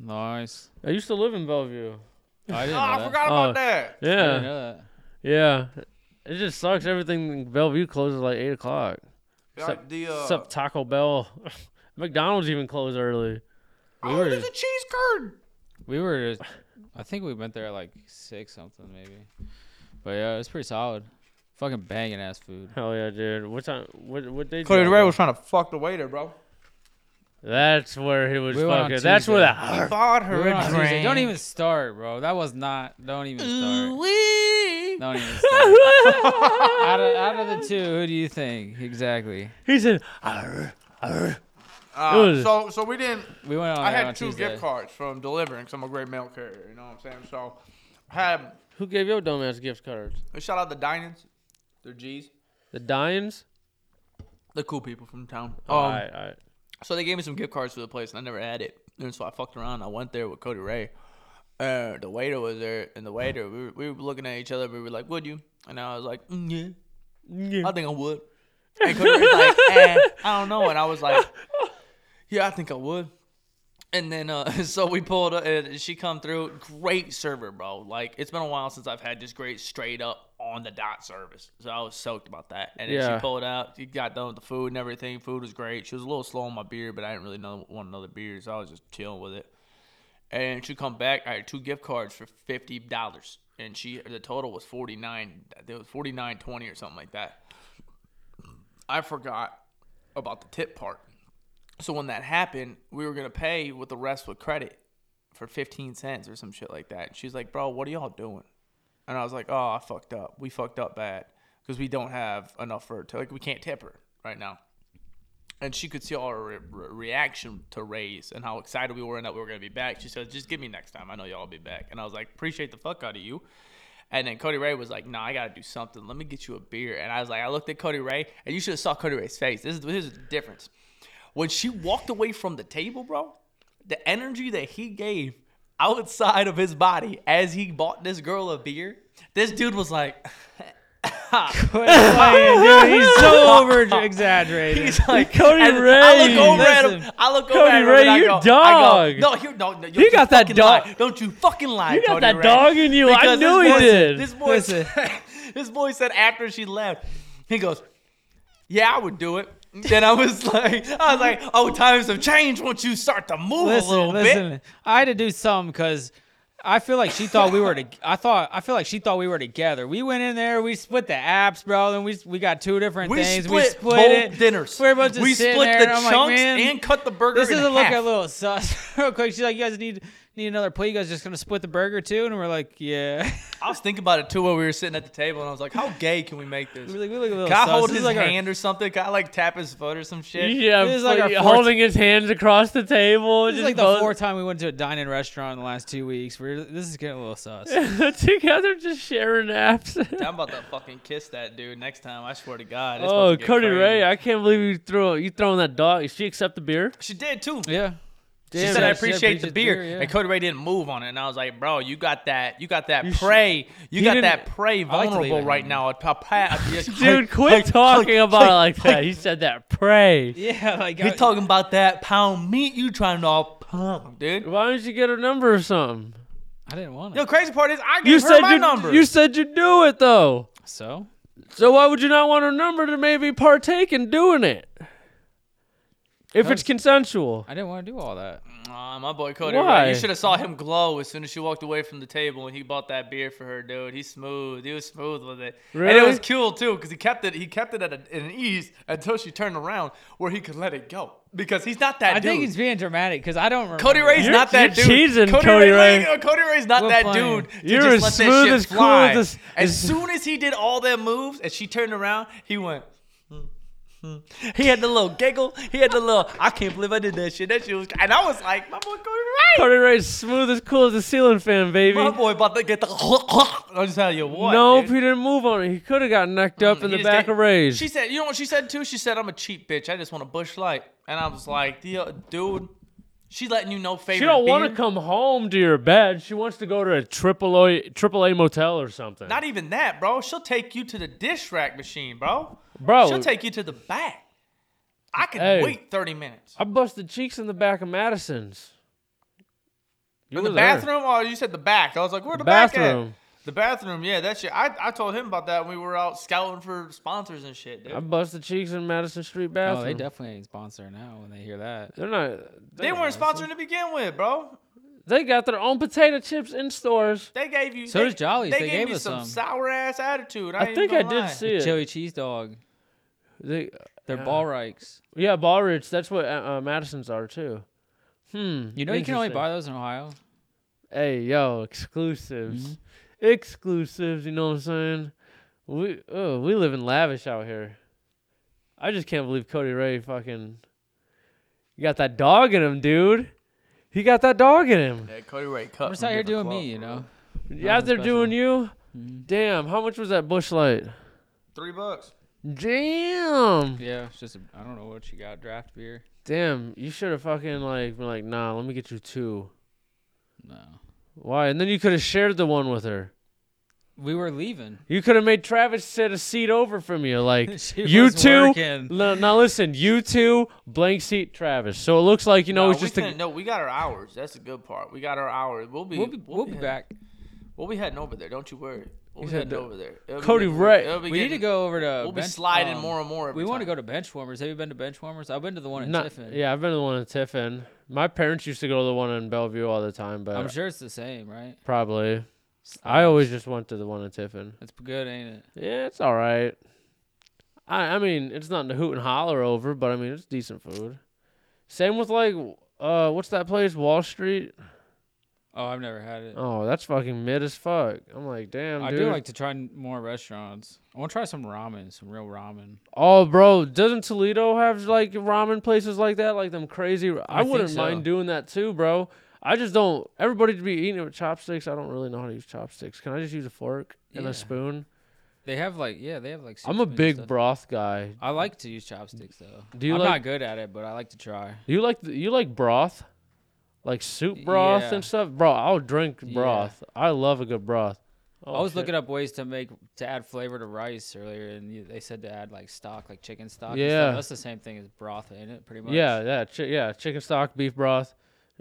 [SPEAKER 3] Nice.
[SPEAKER 1] I used to live in Bellevue.
[SPEAKER 3] Ah, I didn't
[SPEAKER 4] Oh,
[SPEAKER 3] know
[SPEAKER 4] I
[SPEAKER 3] that.
[SPEAKER 4] forgot
[SPEAKER 1] Oh.
[SPEAKER 4] about that.
[SPEAKER 3] I didn't
[SPEAKER 1] Yeah,
[SPEAKER 3] know that.
[SPEAKER 1] yeah. It just sucks. Everything in Bellevue closes like eight o'clock.
[SPEAKER 4] Like the uh,
[SPEAKER 1] Except Taco Bell, McDonald's even closed early.
[SPEAKER 4] oh,
[SPEAKER 3] were-
[SPEAKER 4] there's a cheese curd.
[SPEAKER 3] We were, I think we went there at like six something maybe, but yeah, it's pretty solid. Fucking banging ass food.
[SPEAKER 1] Hell yeah, dude. What time? What what day? did
[SPEAKER 4] Cody
[SPEAKER 1] y'all
[SPEAKER 4] Ray
[SPEAKER 1] go?
[SPEAKER 4] was trying to fuck the waiter, bro.
[SPEAKER 1] That's where he was
[SPEAKER 3] We went on
[SPEAKER 1] fucking. That's where
[SPEAKER 3] Tuesday.
[SPEAKER 1] the
[SPEAKER 4] Bought
[SPEAKER 3] We
[SPEAKER 4] her
[SPEAKER 3] were on
[SPEAKER 4] a
[SPEAKER 3] Tuesday.
[SPEAKER 4] drink.
[SPEAKER 3] Don't even start, bro. That was not. Don't even start.
[SPEAKER 4] Wee.
[SPEAKER 3] Don't even start. out, of, out of the two, who do you think exactly?
[SPEAKER 1] he said. "Arr, arr."
[SPEAKER 4] Uh,
[SPEAKER 1] It was-
[SPEAKER 4] so so we didn't.
[SPEAKER 3] We went on.
[SPEAKER 4] I
[SPEAKER 3] there
[SPEAKER 4] had
[SPEAKER 3] on
[SPEAKER 4] two
[SPEAKER 3] Tuesday.
[SPEAKER 4] gift cards from delivering. i I'm a great mail carrier. You know what I'm saying? So I had
[SPEAKER 1] Who gave your dumbass gift cards?
[SPEAKER 4] shout out the Dinans, they're G's,
[SPEAKER 1] The Dyans.
[SPEAKER 4] the cool people from town. Um,
[SPEAKER 1] all right, all right.
[SPEAKER 4] So they gave me some gift cards for the place, and I never had it. And so I fucked around. I went there with Cody Ray. Uh, the waiter was there, and the waiter we were, we were looking at each other. We were like, "Would you?" And I was like, mm, "Yeah." I think I would. And Cody was like, eh, I don't know. And I was like, yeah, I think I would. And then, uh, so we pulled up, and she come through. Great server, bro. Like, it's been a while since I've had just great straight up on the dot service. So I was soaked about that. And then
[SPEAKER 1] Yeah.
[SPEAKER 4] she pulled out. She got done with the food and everything. Food was great. She was a little slow on my beer, but I didn't really know, want another beer, so I was just chilling with it. And she come back. I had two gift cards for fifty dollars, and she the total was forty nine. It was forty nine twenty or something like that. I forgot about the tip part. So when that happened, we were gonna pay with the rest with credit for fifteen cents or some shit like that. And she's like, "Bro, what are y'all doing?" And I was like, "Oh, I fucked up. We fucked up bad because we don't have enough for her to like we can't tip her right now." And she could see our re- re- reaction to Ray's and how excited we were and that we were gonna be back. She said, "Just give me next time. I know y'all will be back." And I was like, "Appreciate the fuck out of you." And then Cody Ray was like, "Nah, I gotta do something. Let me get you a beer." And I was like, I looked at Cody Ray, and you should have saw Cody Ray's face. This is, this is the difference. When she walked away from the table, bro, the energy that he gave outside of his body as he bought this girl a beer, this dude was like,
[SPEAKER 3] Quit playing, dude. He's so over exaggerated.
[SPEAKER 4] he's like,
[SPEAKER 1] Cody
[SPEAKER 4] and I
[SPEAKER 1] Ray.
[SPEAKER 4] look over at him.
[SPEAKER 3] Listen.
[SPEAKER 4] I look over
[SPEAKER 1] Cody
[SPEAKER 4] at him.
[SPEAKER 1] Ray,
[SPEAKER 4] and I
[SPEAKER 1] you
[SPEAKER 4] go, I
[SPEAKER 1] dog.
[SPEAKER 4] go, no, you no, no, don't
[SPEAKER 1] You
[SPEAKER 4] you
[SPEAKER 1] got that
[SPEAKER 4] fucking
[SPEAKER 1] dog.
[SPEAKER 4] lie. Don't you fucking lie.
[SPEAKER 1] You got
[SPEAKER 4] Cody
[SPEAKER 1] that
[SPEAKER 4] Ray.
[SPEAKER 1] dog in you. I
[SPEAKER 4] Because
[SPEAKER 1] knew
[SPEAKER 4] this
[SPEAKER 1] he
[SPEAKER 4] boy
[SPEAKER 1] did.
[SPEAKER 4] Said, this boy, this boy said after she left, he goes, "Yeah, I would do it." Then I was like, I was like, "Oh, times have changed. Once you start to move a little bit."
[SPEAKER 3] I had to do something because I feel like she thought we were to. I thought I feel like she thought we were together. We went in there, we split the apps, bro, and we we got two different
[SPEAKER 4] We
[SPEAKER 3] things.
[SPEAKER 4] split,
[SPEAKER 3] we split
[SPEAKER 4] both
[SPEAKER 3] it.
[SPEAKER 4] dinners.
[SPEAKER 3] We're both just
[SPEAKER 4] we
[SPEAKER 3] sitting
[SPEAKER 4] split
[SPEAKER 3] there,
[SPEAKER 4] the
[SPEAKER 3] and I'm
[SPEAKER 4] chunks
[SPEAKER 3] like, "Man,
[SPEAKER 4] and cut the burger.
[SPEAKER 3] This
[SPEAKER 4] in
[SPEAKER 3] doesn't look
[SPEAKER 4] half."
[SPEAKER 3] a little sus, real quick. She's like, "You guys need need another plate. You guys just gonna split the burger too?" And we're like, "Yeah."
[SPEAKER 4] I was thinking about it too when we were sitting at the table, and I was like, "How gay can we make this?"
[SPEAKER 3] we're like, "We look a little
[SPEAKER 4] Can I
[SPEAKER 3] sus.
[SPEAKER 4] hold
[SPEAKER 3] This is
[SPEAKER 4] his
[SPEAKER 3] like our-
[SPEAKER 4] hand or something? Can I like tap his foot or some shit?
[SPEAKER 1] Yeah,
[SPEAKER 3] This is like our
[SPEAKER 1] fucking
[SPEAKER 3] fourth-
[SPEAKER 1] holding his hands across the table.
[SPEAKER 3] this is
[SPEAKER 1] just
[SPEAKER 3] like the
[SPEAKER 1] both-
[SPEAKER 3] fourth time we went to a dining restaurant in the last two weeks. We're this is getting a little sus.
[SPEAKER 1] together just sharing apps.
[SPEAKER 4] I'm about to fucking kiss that dude next time. I swear to God. it's about
[SPEAKER 1] oh,
[SPEAKER 4] to get
[SPEAKER 1] Cody
[SPEAKER 4] crazy.
[SPEAKER 1] Ray, I can't believe you threw you throwing that dog. She accept the beer?
[SPEAKER 4] She did too.
[SPEAKER 3] Yeah.
[SPEAKER 4] She
[SPEAKER 3] Damn,
[SPEAKER 4] said,
[SPEAKER 3] yeah,
[SPEAKER 4] "I
[SPEAKER 3] she said
[SPEAKER 4] appreciate the
[SPEAKER 3] appreciate
[SPEAKER 4] beer,"
[SPEAKER 3] yeah.
[SPEAKER 4] and Cody Ray didn't move on it. And I was like, "Bro, you got that. You got that
[SPEAKER 1] You sh-
[SPEAKER 4] prey. You
[SPEAKER 1] he
[SPEAKER 4] got
[SPEAKER 1] didn't-
[SPEAKER 4] that
[SPEAKER 3] I
[SPEAKER 4] prey
[SPEAKER 3] like to leave
[SPEAKER 4] vulnerable
[SPEAKER 3] it
[SPEAKER 4] right
[SPEAKER 3] hanging.
[SPEAKER 4] now." Pa- pa- yes,
[SPEAKER 1] Dude,
[SPEAKER 4] like-
[SPEAKER 1] quit
[SPEAKER 4] like-
[SPEAKER 1] talking about it like
[SPEAKER 4] like-
[SPEAKER 1] that. He said that. Pray.
[SPEAKER 3] Yeah, like uh,
[SPEAKER 4] He talking about that pound meat you trying to all pound, dude.
[SPEAKER 1] Why don't you get her number or something?
[SPEAKER 3] I didn't want it.
[SPEAKER 4] The crazy part is I gave
[SPEAKER 1] You
[SPEAKER 4] her
[SPEAKER 1] said
[SPEAKER 4] my
[SPEAKER 1] you
[SPEAKER 4] number.
[SPEAKER 1] you said you do it though.
[SPEAKER 3] So
[SPEAKER 1] So why would you not want her number to maybe partake in doing it? If it's
[SPEAKER 3] Cause-
[SPEAKER 1] consensual.
[SPEAKER 3] I didn't want to do all that.
[SPEAKER 4] Aw, my boy Cody Ray.
[SPEAKER 1] Why?
[SPEAKER 4] You should have saw him glow as soon as she walked away from the table and he bought that beer for her, dude. He's smooth. He was smooth with it. And it
[SPEAKER 1] Really?
[SPEAKER 4] was cool too, because he kept it he kept it at, a, at an ease until she turned around where he could let it go. Because he's not that
[SPEAKER 3] I
[SPEAKER 4] dude.
[SPEAKER 3] think he's being dramatic because I don't remember.
[SPEAKER 4] Cody Ray's
[SPEAKER 1] You're-
[SPEAKER 4] not that
[SPEAKER 1] you're
[SPEAKER 4] dude.
[SPEAKER 1] cheesing, Cody Ray.
[SPEAKER 4] uh, Cody Ray's not
[SPEAKER 3] We're
[SPEAKER 4] that
[SPEAKER 3] playing.
[SPEAKER 4] dude. to
[SPEAKER 1] You're
[SPEAKER 4] just
[SPEAKER 1] as
[SPEAKER 4] let that
[SPEAKER 1] smooth
[SPEAKER 4] shit
[SPEAKER 1] as cool
[SPEAKER 4] fly.
[SPEAKER 1] as this-
[SPEAKER 4] As
[SPEAKER 1] as-
[SPEAKER 4] soon as he did all them moves and she turned around, he went. "Hmm, hmm." He had the little giggle. He had the little. I can't believe I did that shit. That shit was, and I was like, my boy Cody Ray.
[SPEAKER 1] Cody Ray's smooth as cool as a ceiling fan, baby.
[SPEAKER 4] My boy about to get the. I'll just tell you what.
[SPEAKER 1] nope,
[SPEAKER 4] dude. Mm,
[SPEAKER 1] he didn't move on it. He could have gotten necked up in
[SPEAKER 4] He
[SPEAKER 1] the
[SPEAKER 4] just
[SPEAKER 1] back
[SPEAKER 4] gave-
[SPEAKER 1] of Ray's.
[SPEAKER 4] She said, you know what she said too? She said, I'm a cheap bitch. I just want a bush light. And I was like, "Yeah, uh, dude, She's letting you know favorite.
[SPEAKER 1] She don't want to
[SPEAKER 4] beer.
[SPEAKER 1] come home to your bed. She wants to go to a triple A triple A motel or something.
[SPEAKER 4] Not even that, bro. She'll take you to the dish rack machine, bro.
[SPEAKER 1] Bro.
[SPEAKER 4] e-, She'll take you to the back. I can
[SPEAKER 1] Hey.
[SPEAKER 4] wait 30 minutes.
[SPEAKER 1] I busted cheeks in the back of Madison's. You
[SPEAKER 4] In
[SPEAKER 1] were
[SPEAKER 4] the
[SPEAKER 1] there.
[SPEAKER 4] bathroom? Oh, you said the back. I was like, where the back
[SPEAKER 1] Bathroom.
[SPEAKER 4] at? The bathroom, yeah, that shit. I, I told him about that when we were out scouting for sponsors and shit, dude.
[SPEAKER 1] I busted cheeks in Madison Street
[SPEAKER 3] Oh,
[SPEAKER 1] bathroom.
[SPEAKER 3] they definitely ain't sponsoring now when they hear that.
[SPEAKER 1] They're not.
[SPEAKER 4] they weren't sponsoring to begin with, bro.
[SPEAKER 1] They got their own potato chips in stores.
[SPEAKER 4] They gave you.
[SPEAKER 3] So
[SPEAKER 4] they,
[SPEAKER 3] does Jolly's.
[SPEAKER 4] They,
[SPEAKER 3] They
[SPEAKER 4] gave
[SPEAKER 3] gave
[SPEAKER 4] you
[SPEAKER 3] us
[SPEAKER 4] some
[SPEAKER 3] some.
[SPEAKER 4] sour ass attitude. I,
[SPEAKER 1] I
[SPEAKER 4] ain't
[SPEAKER 1] think I
[SPEAKER 4] gonna
[SPEAKER 1] did
[SPEAKER 4] lie.
[SPEAKER 1] see it.
[SPEAKER 3] Chili cheese dog.
[SPEAKER 1] They,
[SPEAKER 3] They're
[SPEAKER 1] Yeah.
[SPEAKER 3] ball rikes.
[SPEAKER 1] yeah, Ballrich. That's what uh, uh, Madison's are too. Hmm.
[SPEAKER 3] You know you can only
[SPEAKER 1] interesting.
[SPEAKER 3] buy those in Ohio.
[SPEAKER 1] Hey, yo, exclusives.
[SPEAKER 3] Mm-hmm.
[SPEAKER 1] Exclusives, you know what I'm saying? We oh, we live in lavish out here. I just can't believe Cody Ray fucking You got that dog in him, dude. He got that dog in him.
[SPEAKER 4] Yeah, Cody Ray cut.
[SPEAKER 3] I'm just
[SPEAKER 4] from
[SPEAKER 3] out here
[SPEAKER 4] different
[SPEAKER 3] doing
[SPEAKER 4] club,
[SPEAKER 3] me, you
[SPEAKER 4] bro.
[SPEAKER 3] know.
[SPEAKER 1] You out there
[SPEAKER 3] Nothing
[SPEAKER 1] doing
[SPEAKER 3] special. Mm-hmm.
[SPEAKER 1] you? Damn, how much was that bush light?
[SPEAKER 4] Three bucks.
[SPEAKER 1] Damn.
[SPEAKER 3] Yeah, it's just a, I don't know what you got. Draft beer.
[SPEAKER 1] Damn, you should have fucking like been like, nah, let me get you two.
[SPEAKER 3] No.
[SPEAKER 1] Why? And then you could have shared the one with her.
[SPEAKER 3] We were leaving.
[SPEAKER 1] You could have made Travis sit a seat over from you, like
[SPEAKER 3] She
[SPEAKER 1] you
[SPEAKER 3] was
[SPEAKER 1] two.
[SPEAKER 3] working.
[SPEAKER 1] No, now listen, you two blank seat Travis. So it looks like you know
[SPEAKER 4] No,
[SPEAKER 1] it's
[SPEAKER 4] we
[SPEAKER 1] just a,
[SPEAKER 4] couldn't- no. We got our hours. That's the good part. We got our hours. We'll be
[SPEAKER 3] We'll be, we'll be
[SPEAKER 4] heading-
[SPEAKER 3] back.
[SPEAKER 4] We'll be heading over there. Don't you worry. We'll be
[SPEAKER 1] said
[SPEAKER 4] heading
[SPEAKER 1] the-
[SPEAKER 4] over there. It'll be
[SPEAKER 1] Cody
[SPEAKER 4] getting-
[SPEAKER 1] Ray.
[SPEAKER 4] it'll be
[SPEAKER 3] We need to
[SPEAKER 4] getting-
[SPEAKER 3] go over to.
[SPEAKER 4] We'll be
[SPEAKER 3] bench-
[SPEAKER 4] sliding
[SPEAKER 3] um,
[SPEAKER 4] more and more. Every
[SPEAKER 3] We want to
[SPEAKER 4] time.
[SPEAKER 3] go to Benchwarmers. Have you been to Benchwarmers? I've been to the one in
[SPEAKER 1] not,
[SPEAKER 3] Tiffin.
[SPEAKER 1] yeah. I've been to the one in Tiffin. My parents used to go to the one in Bellevue all the time, but
[SPEAKER 3] I'm sure it's the same, right?
[SPEAKER 1] probably I always just went to the one in Tiffin.
[SPEAKER 3] It's good, ain't it?
[SPEAKER 1] Yeah, it's all right. I I mean, it's nothing to hoot and holler over, but I mean, it's decent food. Same with like uh, what's that place? Wall Street.
[SPEAKER 3] Oh, I've never had it.
[SPEAKER 1] Oh, that's fucking mid as fuck. I'm like, damn,
[SPEAKER 3] I
[SPEAKER 1] dude.
[SPEAKER 3] do like to try n- more restaurants. I want to try some ramen, some real ramen.
[SPEAKER 1] Oh, bro, doesn't Toledo have like ramen places like that? Like them crazy. I,
[SPEAKER 3] think
[SPEAKER 1] wouldn't
[SPEAKER 3] so.
[SPEAKER 1] mind doing that too, bro. I just don't. Everybody be eating it with chopsticks. I don't really know how to use chopsticks. Can I just use a fork and
[SPEAKER 3] Yeah.
[SPEAKER 1] a spoon?
[SPEAKER 3] They have like, yeah, they have like.
[SPEAKER 1] I'm a
[SPEAKER 3] seafood and
[SPEAKER 1] big
[SPEAKER 3] stuff.
[SPEAKER 1] broth guy.
[SPEAKER 3] I like to use chopsticks though.
[SPEAKER 1] Do you
[SPEAKER 3] I'm
[SPEAKER 1] like-
[SPEAKER 3] not good at it, but I like to try.
[SPEAKER 1] You like th- you like broth, like soup broth
[SPEAKER 3] Yeah.
[SPEAKER 1] and stuff, bro. I'll drink
[SPEAKER 3] Yeah.
[SPEAKER 1] broth. I love a good broth. Oh,
[SPEAKER 3] I was
[SPEAKER 1] shit.
[SPEAKER 3] looking up ways to make to add flavor to rice earlier, and you, they said to add like stock, like chicken stock. and stuff.
[SPEAKER 1] Yeah.
[SPEAKER 3] that's the same thing as broth, ain't it? Pretty much.
[SPEAKER 1] Yeah, yeah, chi- yeah. Chicken stock, beef broth.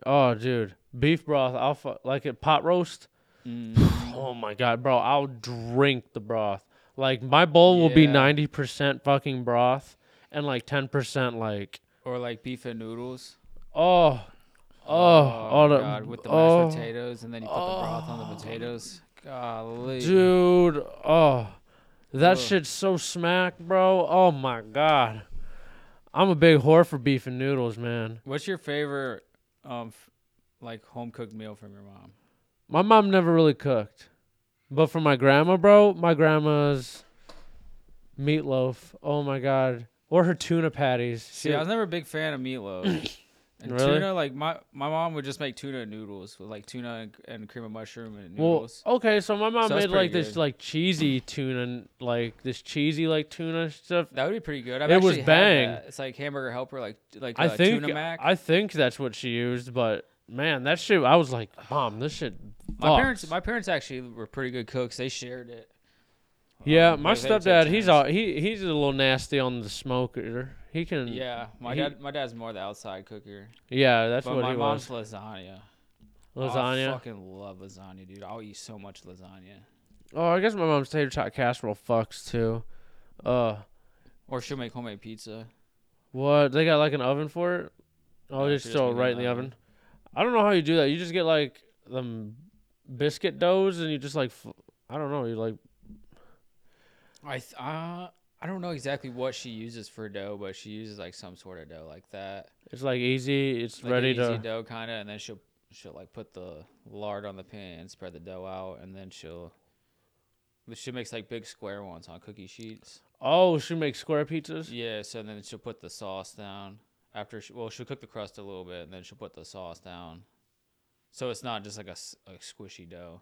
[SPEAKER 1] Oh, dude, beef broth. I'll fu- like a pot roast.
[SPEAKER 3] Mm.
[SPEAKER 1] Oh my god, bro! I'll drink the broth. Like my bowl will be
[SPEAKER 3] Yeah.
[SPEAKER 1] ninety percent fucking broth and like ten percent like
[SPEAKER 3] Or like beef and noodles.
[SPEAKER 1] oh, oh, all the
[SPEAKER 3] God, with the
[SPEAKER 1] oh,
[SPEAKER 3] mashed potatoes, and then you put the broth on the potatoes. Golly.
[SPEAKER 1] dude. Oh, that shit's so smack, bro. Oh my god, I'm a big whore for beef and noodles, man.
[SPEAKER 3] What's your favorite, um, f- like home cooked meal from your mom?
[SPEAKER 1] My mom never really cooked. But for my grandma, bro, my grandma's meatloaf. Oh my god. Or her tuna patties.
[SPEAKER 3] See, I was never a big fan of meatloaf. And
[SPEAKER 1] Really?
[SPEAKER 3] tuna, like my my mom would just make tuna noodles with like tuna and, and cream of mushroom and
[SPEAKER 1] well,
[SPEAKER 3] noodles.
[SPEAKER 1] okay, so my mom
[SPEAKER 3] So that's
[SPEAKER 1] made like
[SPEAKER 3] pretty
[SPEAKER 1] this
[SPEAKER 3] good.
[SPEAKER 1] like cheesy tuna, like this cheesy like tuna stuff.
[SPEAKER 3] that would be pretty good. I've
[SPEAKER 1] it was
[SPEAKER 3] actually had
[SPEAKER 1] bang.
[SPEAKER 3] that. It's like hamburger helper, like like
[SPEAKER 1] I
[SPEAKER 3] uh,
[SPEAKER 1] think
[SPEAKER 3] tuna mac.
[SPEAKER 1] I think that's what she used, but man, that shit I was like, "Mom, this shit
[SPEAKER 3] my parents,
[SPEAKER 1] fucks."
[SPEAKER 3] my parents actually were pretty good cooks. They shared it.
[SPEAKER 1] Yeah,
[SPEAKER 3] um,
[SPEAKER 1] my
[SPEAKER 3] they- they took
[SPEAKER 1] stepdad, he's
[SPEAKER 3] turns.
[SPEAKER 1] all, he he's a little nasty on the smoker. He can
[SPEAKER 3] Yeah, my
[SPEAKER 1] Mm. He-
[SPEAKER 3] dad, my dad's more the outside cooker.
[SPEAKER 1] Yeah, that's
[SPEAKER 3] But
[SPEAKER 1] what
[SPEAKER 3] my
[SPEAKER 1] he
[SPEAKER 3] mom's
[SPEAKER 1] was.
[SPEAKER 3] lasagna. Oh,
[SPEAKER 1] Lasagna.
[SPEAKER 3] I fucking love lasagna, dude. I'll eat so much lasagna.
[SPEAKER 1] Oh, I guess my mom's tater tot casserole fucks too. Uh,
[SPEAKER 3] Or she'll make homemade pizza.
[SPEAKER 1] what? They got like an oven for it? Oh,
[SPEAKER 3] Yeah,
[SPEAKER 1] you just
[SPEAKER 3] she just
[SPEAKER 1] throw it
[SPEAKER 3] made it
[SPEAKER 1] right in
[SPEAKER 3] in
[SPEAKER 1] the
[SPEAKER 3] the
[SPEAKER 1] oven. I don't know how you do that. You just get like them biscuit doughs and you just like, fl- I don't know. You like,
[SPEAKER 3] I th- uh, I don't know exactly what she uses for dough, but she uses like some sort of dough like that,
[SPEAKER 1] it's like easy. It's
[SPEAKER 3] like
[SPEAKER 1] ready
[SPEAKER 3] an easy
[SPEAKER 1] to.
[SPEAKER 3] dough kind of, and then she'll she'll like put the lard on the pan, spread the dough out, and then she'll she makes like big square ones on cookie sheets.
[SPEAKER 1] Oh, she makes square pizzas.
[SPEAKER 3] Yeah, so then she'll put the sauce down after. She, well, she'll cook the crust a little bit, and then she'll put the sauce down, so it's not just like a, s- a squishy dough.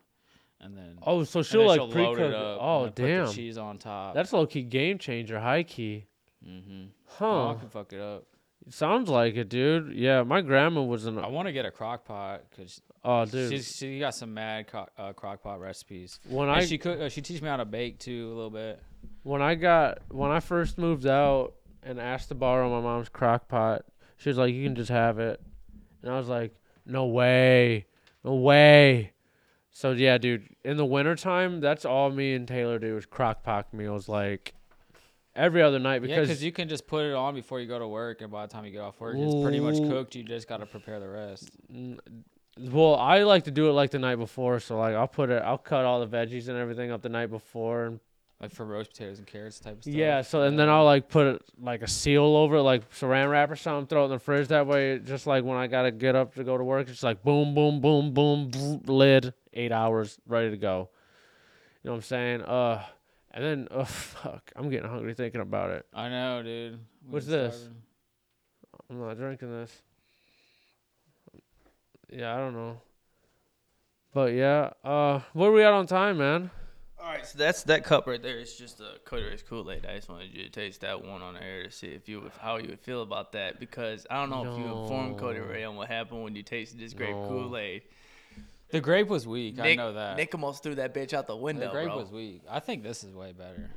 [SPEAKER 3] And then and
[SPEAKER 1] Oh, so
[SPEAKER 3] then
[SPEAKER 1] she'll like pre
[SPEAKER 3] load
[SPEAKER 1] cook.
[SPEAKER 3] it up. and
[SPEAKER 1] Oh,
[SPEAKER 3] then put
[SPEAKER 1] damn.
[SPEAKER 3] the cheese on top.
[SPEAKER 1] That's low key game changer, high key.
[SPEAKER 3] mm-hmm.
[SPEAKER 1] Huh.
[SPEAKER 3] can fuck it up.
[SPEAKER 1] It sounds like it, dude. Yeah, my grandma was an
[SPEAKER 3] I want to get a crock pot because
[SPEAKER 1] oh, dude.
[SPEAKER 3] Oh, she's she got some mad cro- uh, crock pot recipes.
[SPEAKER 1] when
[SPEAKER 3] And
[SPEAKER 1] I
[SPEAKER 3] she cook, uh, she teach me how to bake too a little bit.
[SPEAKER 1] when I got when I first moved out and asked to borrow my mom's crock pot, she was like, "You can just have it," and I was like, "No way, no way." So yeah, dude. In the wintertime, that's all me and Taylor do is crock pot meals, like every other night
[SPEAKER 3] Yeah, 'cause yeah,
[SPEAKER 1] because
[SPEAKER 3] because you can just put it on before you go to work, and by the time you get off work, it's pretty much
[SPEAKER 1] Ooh.
[SPEAKER 3] cooked. You just got to prepare the rest.
[SPEAKER 1] Well, I like to do it like the night before, so like I'll put it, I'll cut all the veggies and everything up the night before, and
[SPEAKER 3] Like for roast potatoes and carrots type of stuff.
[SPEAKER 1] yeah. So and then I'll like put it, like a seal over it, like saran wrap or something, throw it in the fridge. That way, just like when I gotta get up to go to work, it's like boom, boom, boom, boom, boom lid, eight hours, ready to go. You know what I'm saying? Uh, and then oh fuck, I'm getting hungry thinking about it.
[SPEAKER 3] I know, dude. We've
[SPEAKER 1] What's
[SPEAKER 3] been
[SPEAKER 1] this?
[SPEAKER 3] starving.
[SPEAKER 1] I'm not drinking this. Yeah, I don't know. But yeah, uh, where we at on time, man?
[SPEAKER 4] All right, so that's that cup right there. It's just a Cutter's Kool Aid. I just wanted you to taste that one on air to see if you if, how you would feel about that because I don't know if you informed Cody
[SPEAKER 1] No.
[SPEAKER 4] Ray on what happened when you tasted this grape
[SPEAKER 1] No.
[SPEAKER 4] Kool Aid.
[SPEAKER 3] The grape was weak. I
[SPEAKER 4] Nick-
[SPEAKER 3] know that.
[SPEAKER 4] Nick almost threw that bitch out the
[SPEAKER 3] the
[SPEAKER 4] window,
[SPEAKER 3] grape
[SPEAKER 4] bro.
[SPEAKER 3] was weak. I think this is way better.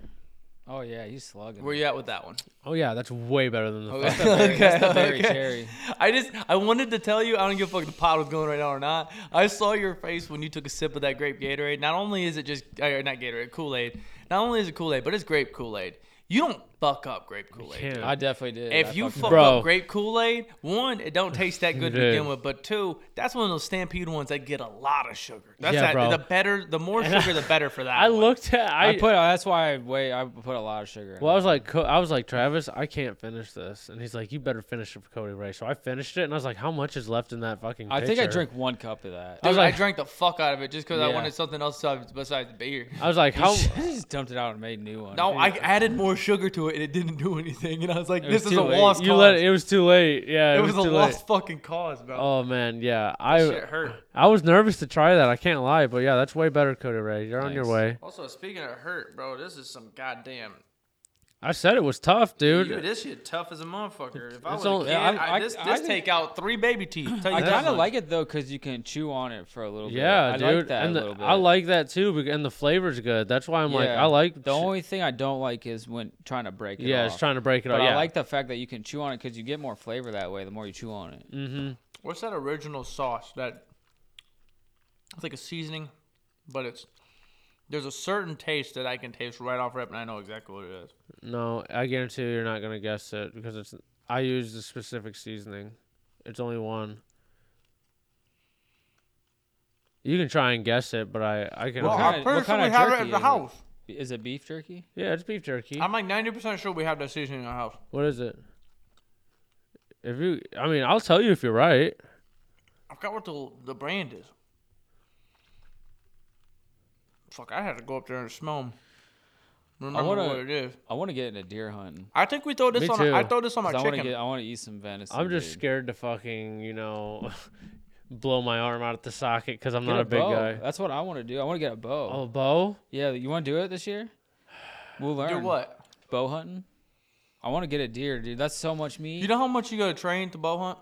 [SPEAKER 3] Oh yeah, you slugging.
[SPEAKER 4] Where
[SPEAKER 3] it.
[SPEAKER 4] you at with that one?
[SPEAKER 1] Oh yeah, that's way better than the.
[SPEAKER 4] Okay.
[SPEAKER 3] berry- that's the
[SPEAKER 4] okay,
[SPEAKER 3] berry
[SPEAKER 4] okay.
[SPEAKER 3] cherry.
[SPEAKER 4] I just I wanted to tell you I don't give a fuck if the pot was going right now or not. I saw your face when you took a sip of that grape Gatorade. Not only is it just or not Gatorade Kool Aid, not only is it Kool Aid, but it's grape Kool Aid. You don't fuck up grape Kool Aid.
[SPEAKER 1] can't.
[SPEAKER 3] I definitely did. I
[SPEAKER 4] If you
[SPEAKER 3] fucked
[SPEAKER 4] fuck
[SPEAKER 3] up.
[SPEAKER 1] Bro.
[SPEAKER 4] up grape Kool Aid, one, it don't taste that good to
[SPEAKER 1] Dude.
[SPEAKER 4] begin with, but two, that's one of those stampede ones that get a lot of sugar. That's
[SPEAKER 1] Yeah,
[SPEAKER 4] that,
[SPEAKER 1] bro.
[SPEAKER 4] the better, the more
[SPEAKER 1] And I-
[SPEAKER 4] sugar, the better for that.
[SPEAKER 1] I
[SPEAKER 4] one.
[SPEAKER 1] looked at I,
[SPEAKER 3] I, put. uh, That's why I wait. I put a lot of sugar. in
[SPEAKER 1] well,
[SPEAKER 3] it.
[SPEAKER 1] I was like, Co- I was like, Travis, I can't finish this, and he's like, you better finish it for Cody Ray. So I finished it, and I was like, how much is left in that fucking?
[SPEAKER 3] I think I
[SPEAKER 1] pitcher?
[SPEAKER 3] drank one cup of that.
[SPEAKER 4] Dude, I,
[SPEAKER 1] was like-
[SPEAKER 4] drank the fuck out of it just because I
[SPEAKER 3] Yeah.
[SPEAKER 4] wanted something else besides the beer.
[SPEAKER 1] I was like, how?
[SPEAKER 3] I just dumped it out and made a new one.
[SPEAKER 4] No, I added more sugar to it and it didn't do anything. And I was like,
[SPEAKER 3] It was
[SPEAKER 4] this is
[SPEAKER 3] too
[SPEAKER 4] a
[SPEAKER 3] late.
[SPEAKER 4] lost
[SPEAKER 1] you
[SPEAKER 4] cause.
[SPEAKER 1] let it, it was too late. Yeah,
[SPEAKER 4] It
[SPEAKER 1] it,
[SPEAKER 4] was, a
[SPEAKER 1] too late.
[SPEAKER 4] lost fucking cause, bro.
[SPEAKER 1] Oh man, yeah. I
[SPEAKER 4] Shit hurt.
[SPEAKER 1] I was nervous to try that. I can't lie, but yeah, that's way better, Cody Ray. You're on your
[SPEAKER 3] Thanks.
[SPEAKER 1] way.
[SPEAKER 4] Also, speaking of hurt, bro, this is some goddamn.
[SPEAKER 1] I said it was tough, dude.
[SPEAKER 4] You- this shit tough as a motherfucker. If I
[SPEAKER 1] It's
[SPEAKER 4] was a
[SPEAKER 1] only-
[SPEAKER 4] kid,
[SPEAKER 3] yeah, I-
[SPEAKER 4] I,
[SPEAKER 3] I-
[SPEAKER 4] this,
[SPEAKER 3] I
[SPEAKER 4] this
[SPEAKER 3] think-
[SPEAKER 4] take out three baby teeth. Tell you
[SPEAKER 3] I
[SPEAKER 4] that
[SPEAKER 3] kind of
[SPEAKER 4] much.
[SPEAKER 3] like it though because you can chew on it for a little
[SPEAKER 1] Yeah,
[SPEAKER 3] bit.
[SPEAKER 1] dude,
[SPEAKER 3] I like that
[SPEAKER 1] and
[SPEAKER 3] a
[SPEAKER 1] the-
[SPEAKER 3] little bit.
[SPEAKER 1] I like that too, bec- and the flavor's good. That's why I'm like,
[SPEAKER 3] Yeah.
[SPEAKER 1] I like
[SPEAKER 3] The
[SPEAKER 1] ch-
[SPEAKER 3] only thing I don't like is when trying to break it.
[SPEAKER 1] yeah,
[SPEAKER 3] off.
[SPEAKER 1] it's trying to break it
[SPEAKER 3] But
[SPEAKER 1] up. Yeah,
[SPEAKER 3] I like the fact that you can chew on it because you get more flavor that way. The more you chew on it,
[SPEAKER 1] mm-hmm.
[SPEAKER 4] What's that original sauce that? It's like a seasoning, but it's there's a certain taste that I can taste right off rip, and I know exactly what it is.
[SPEAKER 1] No, I guarantee you you're not gonna guess it because it's. I use the specific seasoning. It's only one. You can try and guess it, but I I can.
[SPEAKER 3] What
[SPEAKER 4] Well,
[SPEAKER 1] only-
[SPEAKER 3] kinda-
[SPEAKER 4] I
[SPEAKER 3] what kinda
[SPEAKER 4] personally have it
[SPEAKER 3] jerky
[SPEAKER 4] at the
[SPEAKER 3] is it?
[SPEAKER 4] house.
[SPEAKER 3] is it beef jerky?
[SPEAKER 1] yeah, it's beef jerky.
[SPEAKER 4] I'm like 90% sure we have that seasoning in our house.
[SPEAKER 1] what is it? If you, I mean, I'll tell you if you're right.
[SPEAKER 4] I forgot what the the brand is. Fuck, I had to go up there and smell them. Remember
[SPEAKER 3] wanna-
[SPEAKER 4] what it is.
[SPEAKER 3] I want to get into deer hunting.
[SPEAKER 4] I think we throw this
[SPEAKER 1] Me
[SPEAKER 4] on.
[SPEAKER 1] too.
[SPEAKER 4] I throw this on my
[SPEAKER 3] 'Cause I want to
[SPEAKER 4] chicken.
[SPEAKER 3] get. I want to eat some venison.
[SPEAKER 1] I'm just
[SPEAKER 3] dude.
[SPEAKER 1] scared to fucking you know, blow my arm out at the socket because I'm
[SPEAKER 3] Get
[SPEAKER 1] not a big
[SPEAKER 3] bow.
[SPEAKER 1] guy.
[SPEAKER 3] That's what I want to do. I want to get a bow.
[SPEAKER 1] Oh, bow.
[SPEAKER 3] Yeah, you want to do it this year? We'll learn.
[SPEAKER 4] Do what?
[SPEAKER 3] Bow hunting. I want to get a deer, dude. That's so much meat.
[SPEAKER 4] You know how much you gotta train to bow hunt?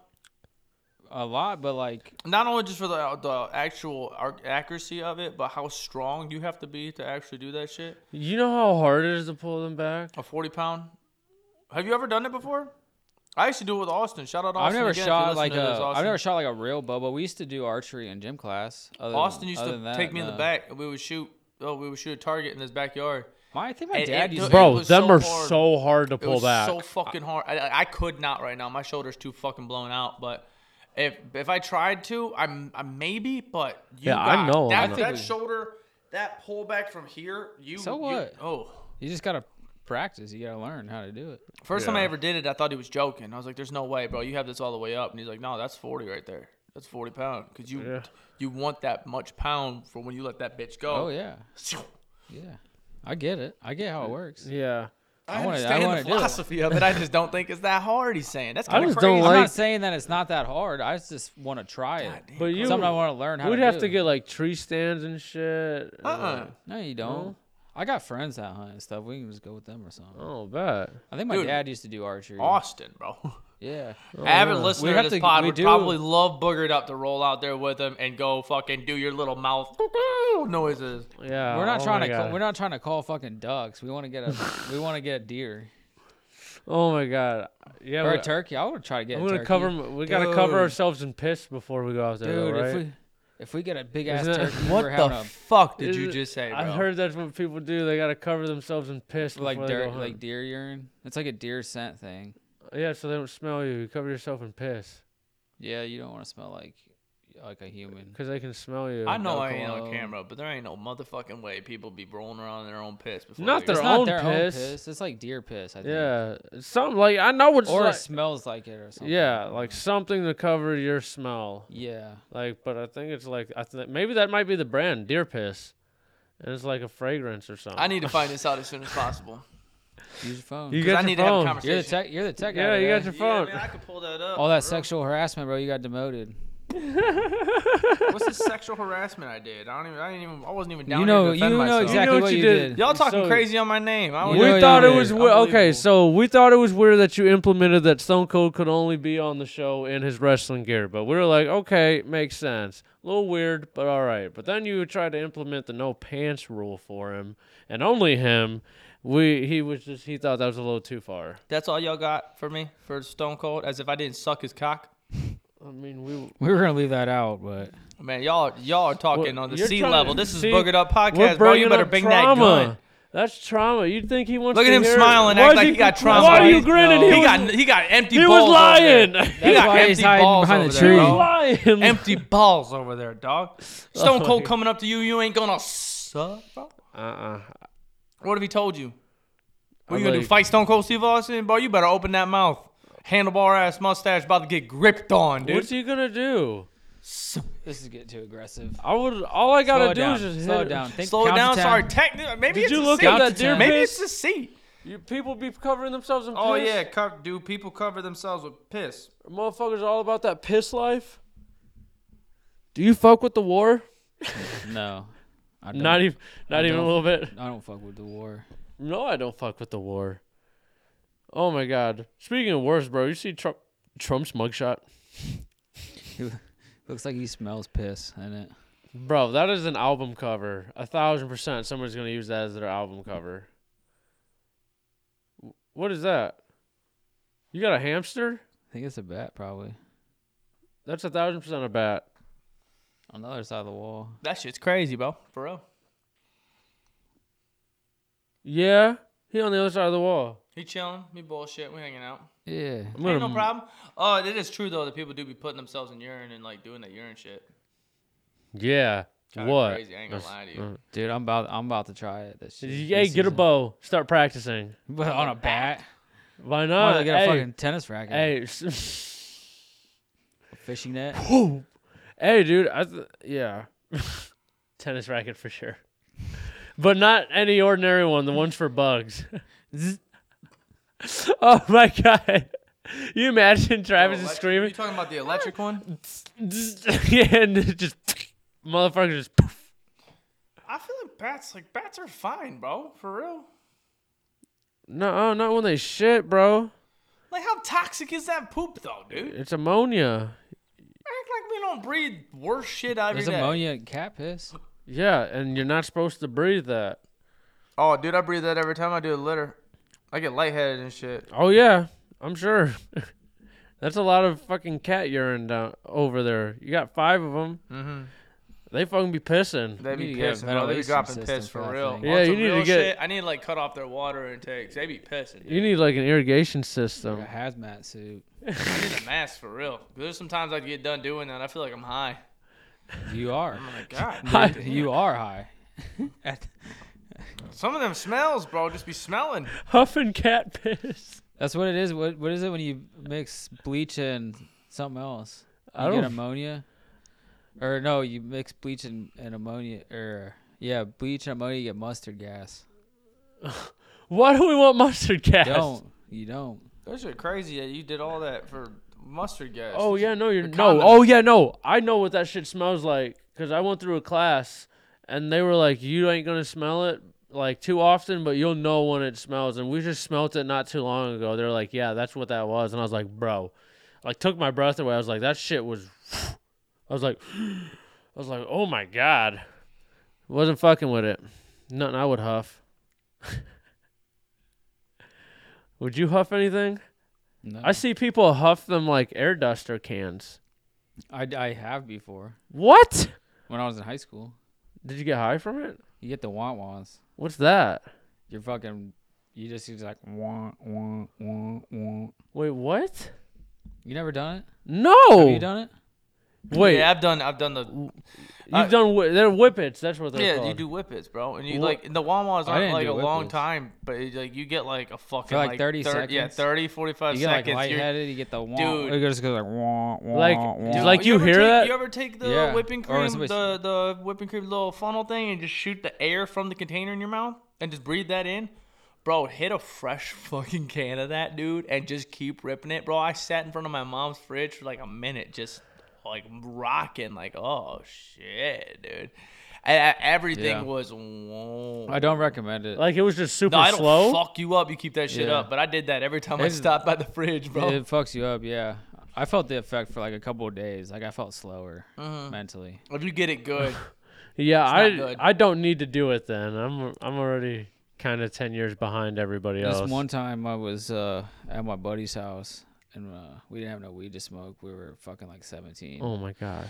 [SPEAKER 3] a lot, but like
[SPEAKER 4] Not only just for the the actual ar- accuracy of it, but how strong you have to be to actually do that shit.
[SPEAKER 1] You know how hard it is to pull them back.
[SPEAKER 4] A forty pound. Have you ever done it before? I used to do it with Austin. Shout out Austin.
[SPEAKER 3] I've never
[SPEAKER 4] again if you
[SPEAKER 3] shot
[SPEAKER 4] listen
[SPEAKER 3] like
[SPEAKER 4] to
[SPEAKER 3] a.
[SPEAKER 4] this,
[SPEAKER 3] have
[SPEAKER 4] Austin.
[SPEAKER 3] never shot like a real bow, but we used to do archery in gym class. Other
[SPEAKER 4] Austin
[SPEAKER 3] than,
[SPEAKER 4] used
[SPEAKER 3] other
[SPEAKER 4] to
[SPEAKER 3] than that, uh,
[SPEAKER 4] take me in the
[SPEAKER 3] no.
[SPEAKER 4] back, and we would shoot. Oh, we would shoot a target in his backyard.
[SPEAKER 3] My, I think my
[SPEAKER 4] It-
[SPEAKER 3] dad
[SPEAKER 4] it
[SPEAKER 3] used.
[SPEAKER 4] took-
[SPEAKER 3] to
[SPEAKER 1] Bro,
[SPEAKER 4] was
[SPEAKER 1] them
[SPEAKER 4] so
[SPEAKER 1] are
[SPEAKER 4] hard.
[SPEAKER 1] so hard to
[SPEAKER 4] It
[SPEAKER 1] pull
[SPEAKER 4] was
[SPEAKER 1] back.
[SPEAKER 4] so fucking hard. I- I, I could not right now. My shoulder's too fucking blown out. But if if I tried to, I'm, i maybe. But you
[SPEAKER 1] Yeah, I
[SPEAKER 4] got-
[SPEAKER 1] know I'm
[SPEAKER 4] that,
[SPEAKER 1] not-
[SPEAKER 4] that shoulder, that pullback from here. You
[SPEAKER 3] So
[SPEAKER 4] you-
[SPEAKER 3] what?
[SPEAKER 4] oh,
[SPEAKER 3] You just gotta practice. You gotta learn how to do it.
[SPEAKER 4] first time I ever did it, I thought he was joking. I was like, "There's no way, bro. You have this all the way up." And he's like, "No, that's forty right there. That's forty pound. Cause you
[SPEAKER 1] Yeah.
[SPEAKER 4] you want that much pound for when you let that bitch go."
[SPEAKER 3] Oh yeah,
[SPEAKER 4] yeah.
[SPEAKER 3] yeah. I get it. I get how it works.
[SPEAKER 1] Yeah.
[SPEAKER 4] I,
[SPEAKER 3] I wanna- I
[SPEAKER 4] understand
[SPEAKER 3] wanna
[SPEAKER 4] the
[SPEAKER 3] do it.
[SPEAKER 4] philosophy of it. I just don't think it's that hard. He's saying that's
[SPEAKER 1] I
[SPEAKER 4] kind of
[SPEAKER 1] just
[SPEAKER 4] crazy.
[SPEAKER 1] don't
[SPEAKER 3] I'm
[SPEAKER 1] Like-
[SPEAKER 3] not saying that it's not that hard. I just want to try it.
[SPEAKER 1] But you
[SPEAKER 3] Something I want to learn how
[SPEAKER 1] we'd
[SPEAKER 3] to
[SPEAKER 1] have
[SPEAKER 3] do.
[SPEAKER 1] to get like tree stands and shit. and,
[SPEAKER 4] Uh-uh.
[SPEAKER 1] like-
[SPEAKER 3] No, you don't. I got friends that hunt and stuff. We can just go with them or something.
[SPEAKER 1] Oh, bet.
[SPEAKER 3] I think my
[SPEAKER 4] Dude.
[SPEAKER 3] dad used to do archery.
[SPEAKER 4] Austin, bro.
[SPEAKER 3] Yeah.
[SPEAKER 1] Oh,
[SPEAKER 4] Avid
[SPEAKER 1] yeah.
[SPEAKER 4] listener
[SPEAKER 3] We
[SPEAKER 4] to
[SPEAKER 3] have to-
[SPEAKER 4] this pod
[SPEAKER 3] we
[SPEAKER 4] would
[SPEAKER 3] do-
[SPEAKER 4] probably love Boogered Up to roll out there with him and go fucking do your little mouth noises.
[SPEAKER 1] Yeah.
[SPEAKER 3] We're not
[SPEAKER 1] oh
[SPEAKER 3] trying
[SPEAKER 1] my
[SPEAKER 3] to call,
[SPEAKER 1] God.
[SPEAKER 3] we're not trying to call fucking ducks. We want to get a we want to get a deer
[SPEAKER 1] oh my god. Yeah.
[SPEAKER 3] or
[SPEAKER 1] we-
[SPEAKER 3] a turkey. I would try to get.
[SPEAKER 1] I'm
[SPEAKER 3] a
[SPEAKER 1] gonna
[SPEAKER 3] turkey.
[SPEAKER 1] cover. m- We gotta cover
[SPEAKER 4] Dude.
[SPEAKER 1] ourselves in piss before we go out there,
[SPEAKER 3] dude.
[SPEAKER 1] though, right?
[SPEAKER 3] If we if we get a big ass
[SPEAKER 1] Isn't it-
[SPEAKER 3] turkey,
[SPEAKER 4] What
[SPEAKER 3] we're having
[SPEAKER 4] the
[SPEAKER 3] a
[SPEAKER 4] fuck did
[SPEAKER 1] Is
[SPEAKER 4] you
[SPEAKER 1] it-
[SPEAKER 4] just say, bro?
[SPEAKER 1] I heard that's what people do. They gotta cover themselves in piss before
[SPEAKER 3] like
[SPEAKER 1] they go
[SPEAKER 3] deer
[SPEAKER 1] hunting.
[SPEAKER 3] like deer urine. It's like a deer scent thing.
[SPEAKER 1] Yeah, so they don't smell you. You cover yourself in piss
[SPEAKER 3] Yeah, you don't want to smell like like a human.
[SPEAKER 1] because they can smell you.
[SPEAKER 4] I know
[SPEAKER 3] No
[SPEAKER 4] I ain't on
[SPEAKER 3] cologne.
[SPEAKER 4] camera, but there ain't no motherfucking way people be rolling around in their own piss before.
[SPEAKER 1] Not
[SPEAKER 4] they
[SPEAKER 1] their
[SPEAKER 3] It's
[SPEAKER 4] go.
[SPEAKER 3] not
[SPEAKER 1] own
[SPEAKER 3] their
[SPEAKER 1] piss.
[SPEAKER 3] own piss. It's like deer piss. I think.
[SPEAKER 1] Yeah, something like I know it's
[SPEAKER 3] Or
[SPEAKER 1] like,
[SPEAKER 3] it smells like it or something.
[SPEAKER 1] yeah, like something to cover your smell.
[SPEAKER 3] Yeah.
[SPEAKER 1] Like, but I think it's like I think maybe that might be the brand deer piss, and it's like a fragrance or something.
[SPEAKER 4] I need to find this out as soon as possible.
[SPEAKER 3] Use your phone.
[SPEAKER 1] You
[SPEAKER 4] 'Cause
[SPEAKER 1] got
[SPEAKER 4] I
[SPEAKER 1] your
[SPEAKER 4] need to have a
[SPEAKER 1] phone.
[SPEAKER 4] conversation.
[SPEAKER 3] You're the tech. You're the tech guy.
[SPEAKER 1] yeah, you got
[SPEAKER 3] today.
[SPEAKER 1] your phone.
[SPEAKER 4] I could pull that up.
[SPEAKER 3] all that sexual harassment, bro. You got demoted.
[SPEAKER 4] What's this sexual harassment I did? I don't even. I didn't even. I wasn't even down
[SPEAKER 3] you know.
[SPEAKER 4] here to
[SPEAKER 3] You
[SPEAKER 4] defend
[SPEAKER 3] know
[SPEAKER 4] myself.
[SPEAKER 3] exactly
[SPEAKER 1] what
[SPEAKER 3] what,
[SPEAKER 1] you
[SPEAKER 3] you
[SPEAKER 1] did.
[SPEAKER 3] did.
[SPEAKER 4] Y'all talking
[SPEAKER 1] So-
[SPEAKER 4] crazy on my name. I
[SPEAKER 3] You
[SPEAKER 4] was
[SPEAKER 3] know
[SPEAKER 1] we thought
[SPEAKER 3] you
[SPEAKER 1] it was
[SPEAKER 3] did.
[SPEAKER 1] we- okay.
[SPEAKER 4] Unbelievable.
[SPEAKER 1] So we thought it was weird that you implemented that Stone Cold could only be on the show in his wrestling gear, but we were like, okay, makes sense. A little weird, but all right. But then you tried to implement the no pants rule for him, and only him. We he was just he thought that was a little too far.
[SPEAKER 4] That's all y'all got for me for Stone Cold, as if I didn't suck his cock.
[SPEAKER 1] I mean, we
[SPEAKER 3] We were gonna leave that out, but
[SPEAKER 4] Man, y'all, y'all are talking
[SPEAKER 1] Well,
[SPEAKER 4] on the
[SPEAKER 1] you're
[SPEAKER 4] sea
[SPEAKER 1] trying to-
[SPEAKER 4] level. This is
[SPEAKER 1] see,
[SPEAKER 4] boogered up podcast,
[SPEAKER 1] we're
[SPEAKER 4] bro.
[SPEAKER 1] bringing
[SPEAKER 4] You better
[SPEAKER 1] up
[SPEAKER 4] bring that gun.
[SPEAKER 1] trauma. That's trauma. You'd think he wants
[SPEAKER 4] Look
[SPEAKER 1] to
[SPEAKER 4] at him
[SPEAKER 1] hear it.
[SPEAKER 4] smile and act
[SPEAKER 1] Why'd
[SPEAKER 4] like he got trauma.
[SPEAKER 1] Why are you
[SPEAKER 4] He's-
[SPEAKER 1] grinning?
[SPEAKER 3] no.
[SPEAKER 1] He,
[SPEAKER 4] He
[SPEAKER 1] was,
[SPEAKER 4] got he got empty
[SPEAKER 1] he
[SPEAKER 4] balls.
[SPEAKER 1] was
[SPEAKER 4] over there.
[SPEAKER 1] lying.
[SPEAKER 4] He
[SPEAKER 1] He
[SPEAKER 4] got
[SPEAKER 3] why he's
[SPEAKER 4] empty
[SPEAKER 3] hiding
[SPEAKER 4] balls
[SPEAKER 3] behind
[SPEAKER 4] over
[SPEAKER 3] the
[SPEAKER 4] there,
[SPEAKER 3] tree.
[SPEAKER 1] was
[SPEAKER 4] bro.
[SPEAKER 1] lying.
[SPEAKER 4] empty balls over there, dog. Stone
[SPEAKER 1] Oh,
[SPEAKER 4] Cold
[SPEAKER 1] yeah.
[SPEAKER 4] coming up to you, you ain't gonna suck, bro.
[SPEAKER 1] Uh-uh.
[SPEAKER 4] What have he told you? What
[SPEAKER 1] I'm
[SPEAKER 4] you gonna do?
[SPEAKER 1] like-
[SPEAKER 4] Fight Stone Cold Steve Austin, bro? You better open that mouth. Handlebar ass mustache about to get gripped on, dude.
[SPEAKER 1] What's he gonna do?
[SPEAKER 3] this is getting too aggressive.
[SPEAKER 1] I would. All I gotta
[SPEAKER 3] slow it
[SPEAKER 1] do
[SPEAKER 3] down.
[SPEAKER 1] is just
[SPEAKER 3] slow
[SPEAKER 1] hit
[SPEAKER 3] it down. Think
[SPEAKER 4] Slow it
[SPEAKER 3] count to
[SPEAKER 4] down.
[SPEAKER 3] 10.
[SPEAKER 4] Sorry, technically, maybe
[SPEAKER 1] Did
[SPEAKER 4] it's
[SPEAKER 1] you
[SPEAKER 4] a
[SPEAKER 1] look
[SPEAKER 4] seat.
[SPEAKER 1] at
[SPEAKER 3] Count
[SPEAKER 1] that
[SPEAKER 3] to
[SPEAKER 1] deer
[SPEAKER 3] 10.
[SPEAKER 4] Maybe
[SPEAKER 1] piss?
[SPEAKER 4] it's a seat.
[SPEAKER 1] You, people be covering themselves in
[SPEAKER 4] Oh
[SPEAKER 1] piss.
[SPEAKER 4] yeah, co- do people cover themselves with piss?
[SPEAKER 1] motherfuckers all about that piss life. Do you fuck with the war?
[SPEAKER 3] No, I don't.
[SPEAKER 1] Not even, not
[SPEAKER 3] I
[SPEAKER 1] even a
[SPEAKER 3] don't.
[SPEAKER 1] little bit.
[SPEAKER 3] I don't fuck with the war.
[SPEAKER 1] No, I don't fuck with the war. Oh my god. Speaking of wars, bro, you see Trump, Trump's mugshot,
[SPEAKER 3] Looks like he smells piss in it.
[SPEAKER 1] bro. That is an album cover. A thousand percent, somebody's gonna use that as their album cover. Wh- What is that? You got a hamster?
[SPEAKER 3] I think it's a bat, probably.
[SPEAKER 1] That's a thousand percent a bat.
[SPEAKER 3] On the other side of the wall.
[SPEAKER 4] That shit's crazy, bro. For real.
[SPEAKER 1] Yeah, he on the other side of the wall.
[SPEAKER 4] He chilling. We bullshit. We hanging out.
[SPEAKER 3] Yeah.
[SPEAKER 1] I'm
[SPEAKER 4] Ain't
[SPEAKER 1] gonna-
[SPEAKER 4] no problem. Oh, it is true though that people do be putting themselves in urine and like doing that urine shit.
[SPEAKER 1] Yeah.
[SPEAKER 4] Kinda
[SPEAKER 1] what? uh,
[SPEAKER 4] Crazy. I ain't gonna lie to you.
[SPEAKER 3] Dude, I'm about I'm about to try it. This year.
[SPEAKER 1] Hey,
[SPEAKER 3] This
[SPEAKER 1] get a
[SPEAKER 3] season.
[SPEAKER 1] bow. Start practicing.
[SPEAKER 3] But on a bat?
[SPEAKER 1] Why
[SPEAKER 3] Oh,
[SPEAKER 1] not?
[SPEAKER 3] they got a
[SPEAKER 1] Uh, hey,
[SPEAKER 3] fucking tennis racket.
[SPEAKER 1] hey, s-
[SPEAKER 3] A fishing net.
[SPEAKER 1] hey, dude. I th- yeah, tennis racket for sure, but not any ordinary one. The ones for bugs. oh my god! You imagine Travis is
[SPEAKER 4] Electric-
[SPEAKER 1] screaming?
[SPEAKER 4] You talking about the electric one?
[SPEAKER 1] yeah, and it just motherfucker just. poof.
[SPEAKER 4] I feel like bats. Like bats are fine, bro. For real.
[SPEAKER 1] No, not when they shit, bro.
[SPEAKER 4] Like how toxic is that poop though, dude? Act
[SPEAKER 1] It's ammonia.
[SPEAKER 4] like we don't breathe worse shit out
[SPEAKER 3] There's ammonia in cat piss.
[SPEAKER 1] Yeah, and you're not supposed to breathe that.
[SPEAKER 4] Oh, dude, I breathe that every time I do a litter. I get lightheaded and shit.
[SPEAKER 1] Oh yeah, I'm sure. That's a lot of fucking cat urine down over there. You got five of them.
[SPEAKER 4] Mm-hmm.
[SPEAKER 1] They fucking be pissing.
[SPEAKER 3] need
[SPEAKER 4] They
[SPEAKER 3] to
[SPEAKER 4] be
[SPEAKER 3] get a
[SPEAKER 4] pissing, bro. They be
[SPEAKER 3] ventilation
[SPEAKER 4] dropping
[SPEAKER 3] system
[SPEAKER 4] piss
[SPEAKER 3] for
[SPEAKER 4] for
[SPEAKER 3] that
[SPEAKER 4] real.
[SPEAKER 3] thing.
[SPEAKER 1] Yeah,
[SPEAKER 4] On some
[SPEAKER 1] you need to
[SPEAKER 4] real
[SPEAKER 1] get-
[SPEAKER 4] shit, I need to like cut off their water intakes. They be pissing.
[SPEAKER 1] You need like an irrigation system.
[SPEAKER 3] A hazmat suit.
[SPEAKER 4] I need a mask for real. 'Cause There's sometimes I get done doing that. I feel like I'm high.
[SPEAKER 3] You are.
[SPEAKER 4] I'm like, God,
[SPEAKER 1] Hi.
[SPEAKER 3] you are high. At-
[SPEAKER 4] some of them smells, bro, just be smelling.
[SPEAKER 1] Huffing cat piss.
[SPEAKER 3] That's what it is. What what is it when you mix bleach and something else? You
[SPEAKER 1] I
[SPEAKER 3] get
[SPEAKER 1] don't-
[SPEAKER 3] ammonia, or no? You mix bleach and, and ammonia, or yeah, bleach and ammonia. You get mustard gas.
[SPEAKER 1] Why do we want mustard gas?
[SPEAKER 3] Don't you don't?
[SPEAKER 4] That shit crazy that you did all that for mustard gas.
[SPEAKER 1] Oh yeah, no, you're
[SPEAKER 4] The
[SPEAKER 1] no.
[SPEAKER 4] condiment.
[SPEAKER 1] Oh yeah, no. I know what that shit smells like because I went through a class and they were like, "You ain't gonna smell it like too often, but you'll know when it smells. And we just smelt it not too long ago. They're like, yeah, that's what that was. And I was like, bro, like took my breath away. I was like, that shit was. I was like, I was like, oh my god, wasn't fucking with it. Nothing I would huff. would you huff anything?
[SPEAKER 3] No.
[SPEAKER 1] I see people huff them like air duster cans.
[SPEAKER 3] I, I have before
[SPEAKER 1] What?
[SPEAKER 3] when I was in high school.
[SPEAKER 1] Did you get high from it?
[SPEAKER 3] You get the want wants.
[SPEAKER 1] What's that?
[SPEAKER 3] You're fucking. You just use like want want want want.
[SPEAKER 1] Wait, what?
[SPEAKER 3] You never done it?
[SPEAKER 1] No.
[SPEAKER 3] Have you done it?
[SPEAKER 1] Wait,
[SPEAKER 4] yeah, I've done. I've done the
[SPEAKER 1] you've done whi- they're whippets. That's what they're
[SPEAKER 4] Yeah,
[SPEAKER 1] called.
[SPEAKER 4] you do whippets, bro, and you
[SPEAKER 3] Wha-
[SPEAKER 4] like and the Walmart's
[SPEAKER 3] I
[SPEAKER 4] aren't
[SPEAKER 3] didn't
[SPEAKER 4] like a
[SPEAKER 3] do
[SPEAKER 4] long
[SPEAKER 3] whippets.
[SPEAKER 4] time, but it, like you get like a fucking
[SPEAKER 3] like, 30
[SPEAKER 4] Yeah,
[SPEAKER 3] seconds?
[SPEAKER 4] 30, 45
[SPEAKER 3] You get like
[SPEAKER 4] seconds. you're-
[SPEAKER 3] lightheaded. You get the want.
[SPEAKER 4] Dude.
[SPEAKER 3] It just goes like want want
[SPEAKER 1] Like-
[SPEAKER 3] want.
[SPEAKER 1] Dude, like- you
[SPEAKER 4] ever
[SPEAKER 1] hear
[SPEAKER 4] take,
[SPEAKER 1] that?
[SPEAKER 4] You ever take the
[SPEAKER 3] Yeah.
[SPEAKER 4] whipping
[SPEAKER 3] Or when
[SPEAKER 4] cream,
[SPEAKER 3] somebody-
[SPEAKER 4] the the whipping cream little funnel thing, and just shoot the air from the container in your mouth and just breathe that in, bro? Hit a fresh fucking can of that, dude, and just keep ripping it, bro. I sat in front of my mom's fridge for like a minute, just like rocking, like oh shit, dude. And I, everything
[SPEAKER 3] Yeah.
[SPEAKER 4] was. Whoa.
[SPEAKER 3] I don't recommend it.
[SPEAKER 1] like it was just super
[SPEAKER 4] No, I don't
[SPEAKER 1] slow.
[SPEAKER 4] fuck you up. You keep that shit
[SPEAKER 3] Yeah.
[SPEAKER 4] up. But I did that every time I
[SPEAKER 3] It's-
[SPEAKER 4] stopped by the fridge, bro.
[SPEAKER 3] It fucks you up. Yeah, I felt the effect for like a couple of days. Like I felt slower mentally.
[SPEAKER 4] if you get it good,
[SPEAKER 1] yeah,
[SPEAKER 4] not
[SPEAKER 1] I
[SPEAKER 4] good.
[SPEAKER 1] I don't need to do it then. I'm I'm already kind of 10 years behind everybody else.
[SPEAKER 3] This one time I was uh, at my buddy's house and uh, we didn't have no weed to smoke. We were fucking like 17.
[SPEAKER 1] Oh my gosh.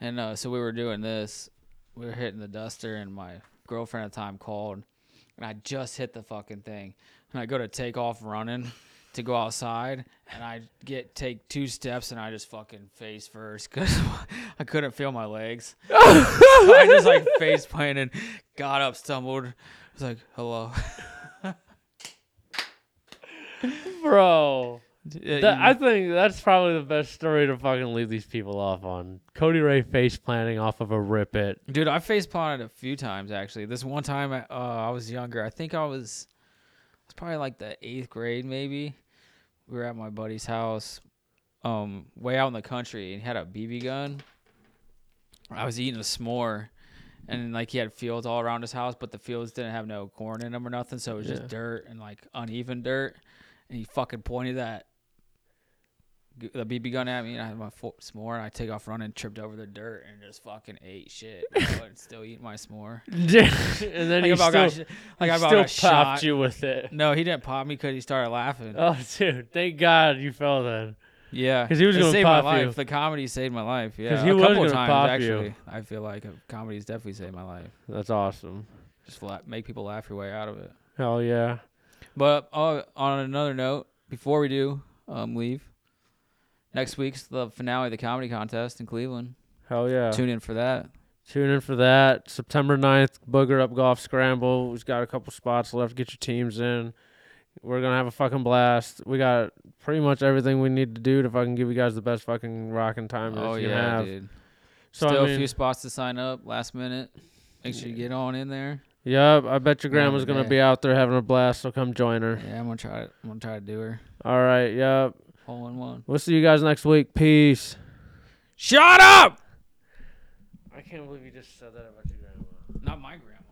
[SPEAKER 3] And uh, so we were doing this. We were hitting the duster, and my girlfriend at the time called, and I just hit the fucking thing. And I go to take off running to go outside, and I get take two steps, and I just fucking face first because I couldn't feel my legs. so I just like face planted, got up, stumbled. was like, hello.
[SPEAKER 1] Bro.
[SPEAKER 3] Yeah,
[SPEAKER 1] That,
[SPEAKER 3] uh, you-
[SPEAKER 1] I think that's probably the best story to fucking leave these people off on. Cody Ray face planting off of a rip it.
[SPEAKER 3] Dude, I face planted a few times actually. This one time, I, uh, I was younger. I think I was, it's probably like the eighth grade maybe. We were at my buddy's house, um, way out in the country, and he had a BB gun. I was eating a s'more, and like he had fields all around his house, but the fields didn't have no corn in them or nothing, so it was
[SPEAKER 1] Yeah.
[SPEAKER 3] just dirt and like uneven dirt. And he fucking pointed that g- the BB gun at me, and I had my fo- s'more, and I take off running, tripped over the dirt, and just fucking ate shit. but still eating my s'more.
[SPEAKER 1] and then
[SPEAKER 3] Like
[SPEAKER 1] he
[SPEAKER 3] about
[SPEAKER 1] still,
[SPEAKER 3] got, sh- like I
[SPEAKER 1] he
[SPEAKER 3] about
[SPEAKER 1] still
[SPEAKER 3] got
[SPEAKER 1] popped
[SPEAKER 3] shot.
[SPEAKER 1] you with it.
[SPEAKER 3] No, he didn't pop me because he started laughing.
[SPEAKER 1] Oh, dude. Thank God you fell then.
[SPEAKER 3] yeah,
[SPEAKER 1] 'cause he was
[SPEAKER 3] It
[SPEAKER 1] gonna
[SPEAKER 3] saved
[SPEAKER 1] pop
[SPEAKER 3] my life.
[SPEAKER 1] you.
[SPEAKER 3] The comedy saved my life. Yeah,
[SPEAKER 1] 'Cause he
[SPEAKER 3] a
[SPEAKER 1] was
[SPEAKER 3] couple
[SPEAKER 1] gonna
[SPEAKER 3] of times
[SPEAKER 1] pop you.
[SPEAKER 3] actually. I feel like a- comedy's definitely saved my life.
[SPEAKER 1] That's awesome.
[SPEAKER 3] Just la- make people laugh your way out of it.
[SPEAKER 1] Hell yeah.
[SPEAKER 3] But uh, on another note, before we do um, leave, next week's the finale of the comedy contest in Cleveland.
[SPEAKER 1] Hell yeah.
[SPEAKER 3] Tune in for that.
[SPEAKER 1] Tune in for that. September 9th, Booger Up Golf Scramble. We've got a couple spots left. Get your teams in. We're going to have a fucking blast. We got pretty much everything we need to do to fucking give you guys the best fucking rocking time that
[SPEAKER 3] oh
[SPEAKER 1] you can
[SPEAKER 3] yeah,
[SPEAKER 1] have.
[SPEAKER 3] dude.
[SPEAKER 1] So,
[SPEAKER 3] Still
[SPEAKER 1] I mean,
[SPEAKER 3] a few spots to sign up. Last minute. Make sure you get on in there.
[SPEAKER 1] yep, I bet your grandma's
[SPEAKER 3] Another
[SPEAKER 1] going to
[SPEAKER 3] day.
[SPEAKER 1] be out there having a blast, so come join her.
[SPEAKER 3] Yeah, I'm gonna try. It. I'm gonna try to do her
[SPEAKER 1] All right, yep.
[SPEAKER 3] all in one.
[SPEAKER 1] We'll see you guys next week. Peace.
[SPEAKER 3] Shut up!
[SPEAKER 1] I can't believe you just said that about your grandma.
[SPEAKER 3] Not my grandma.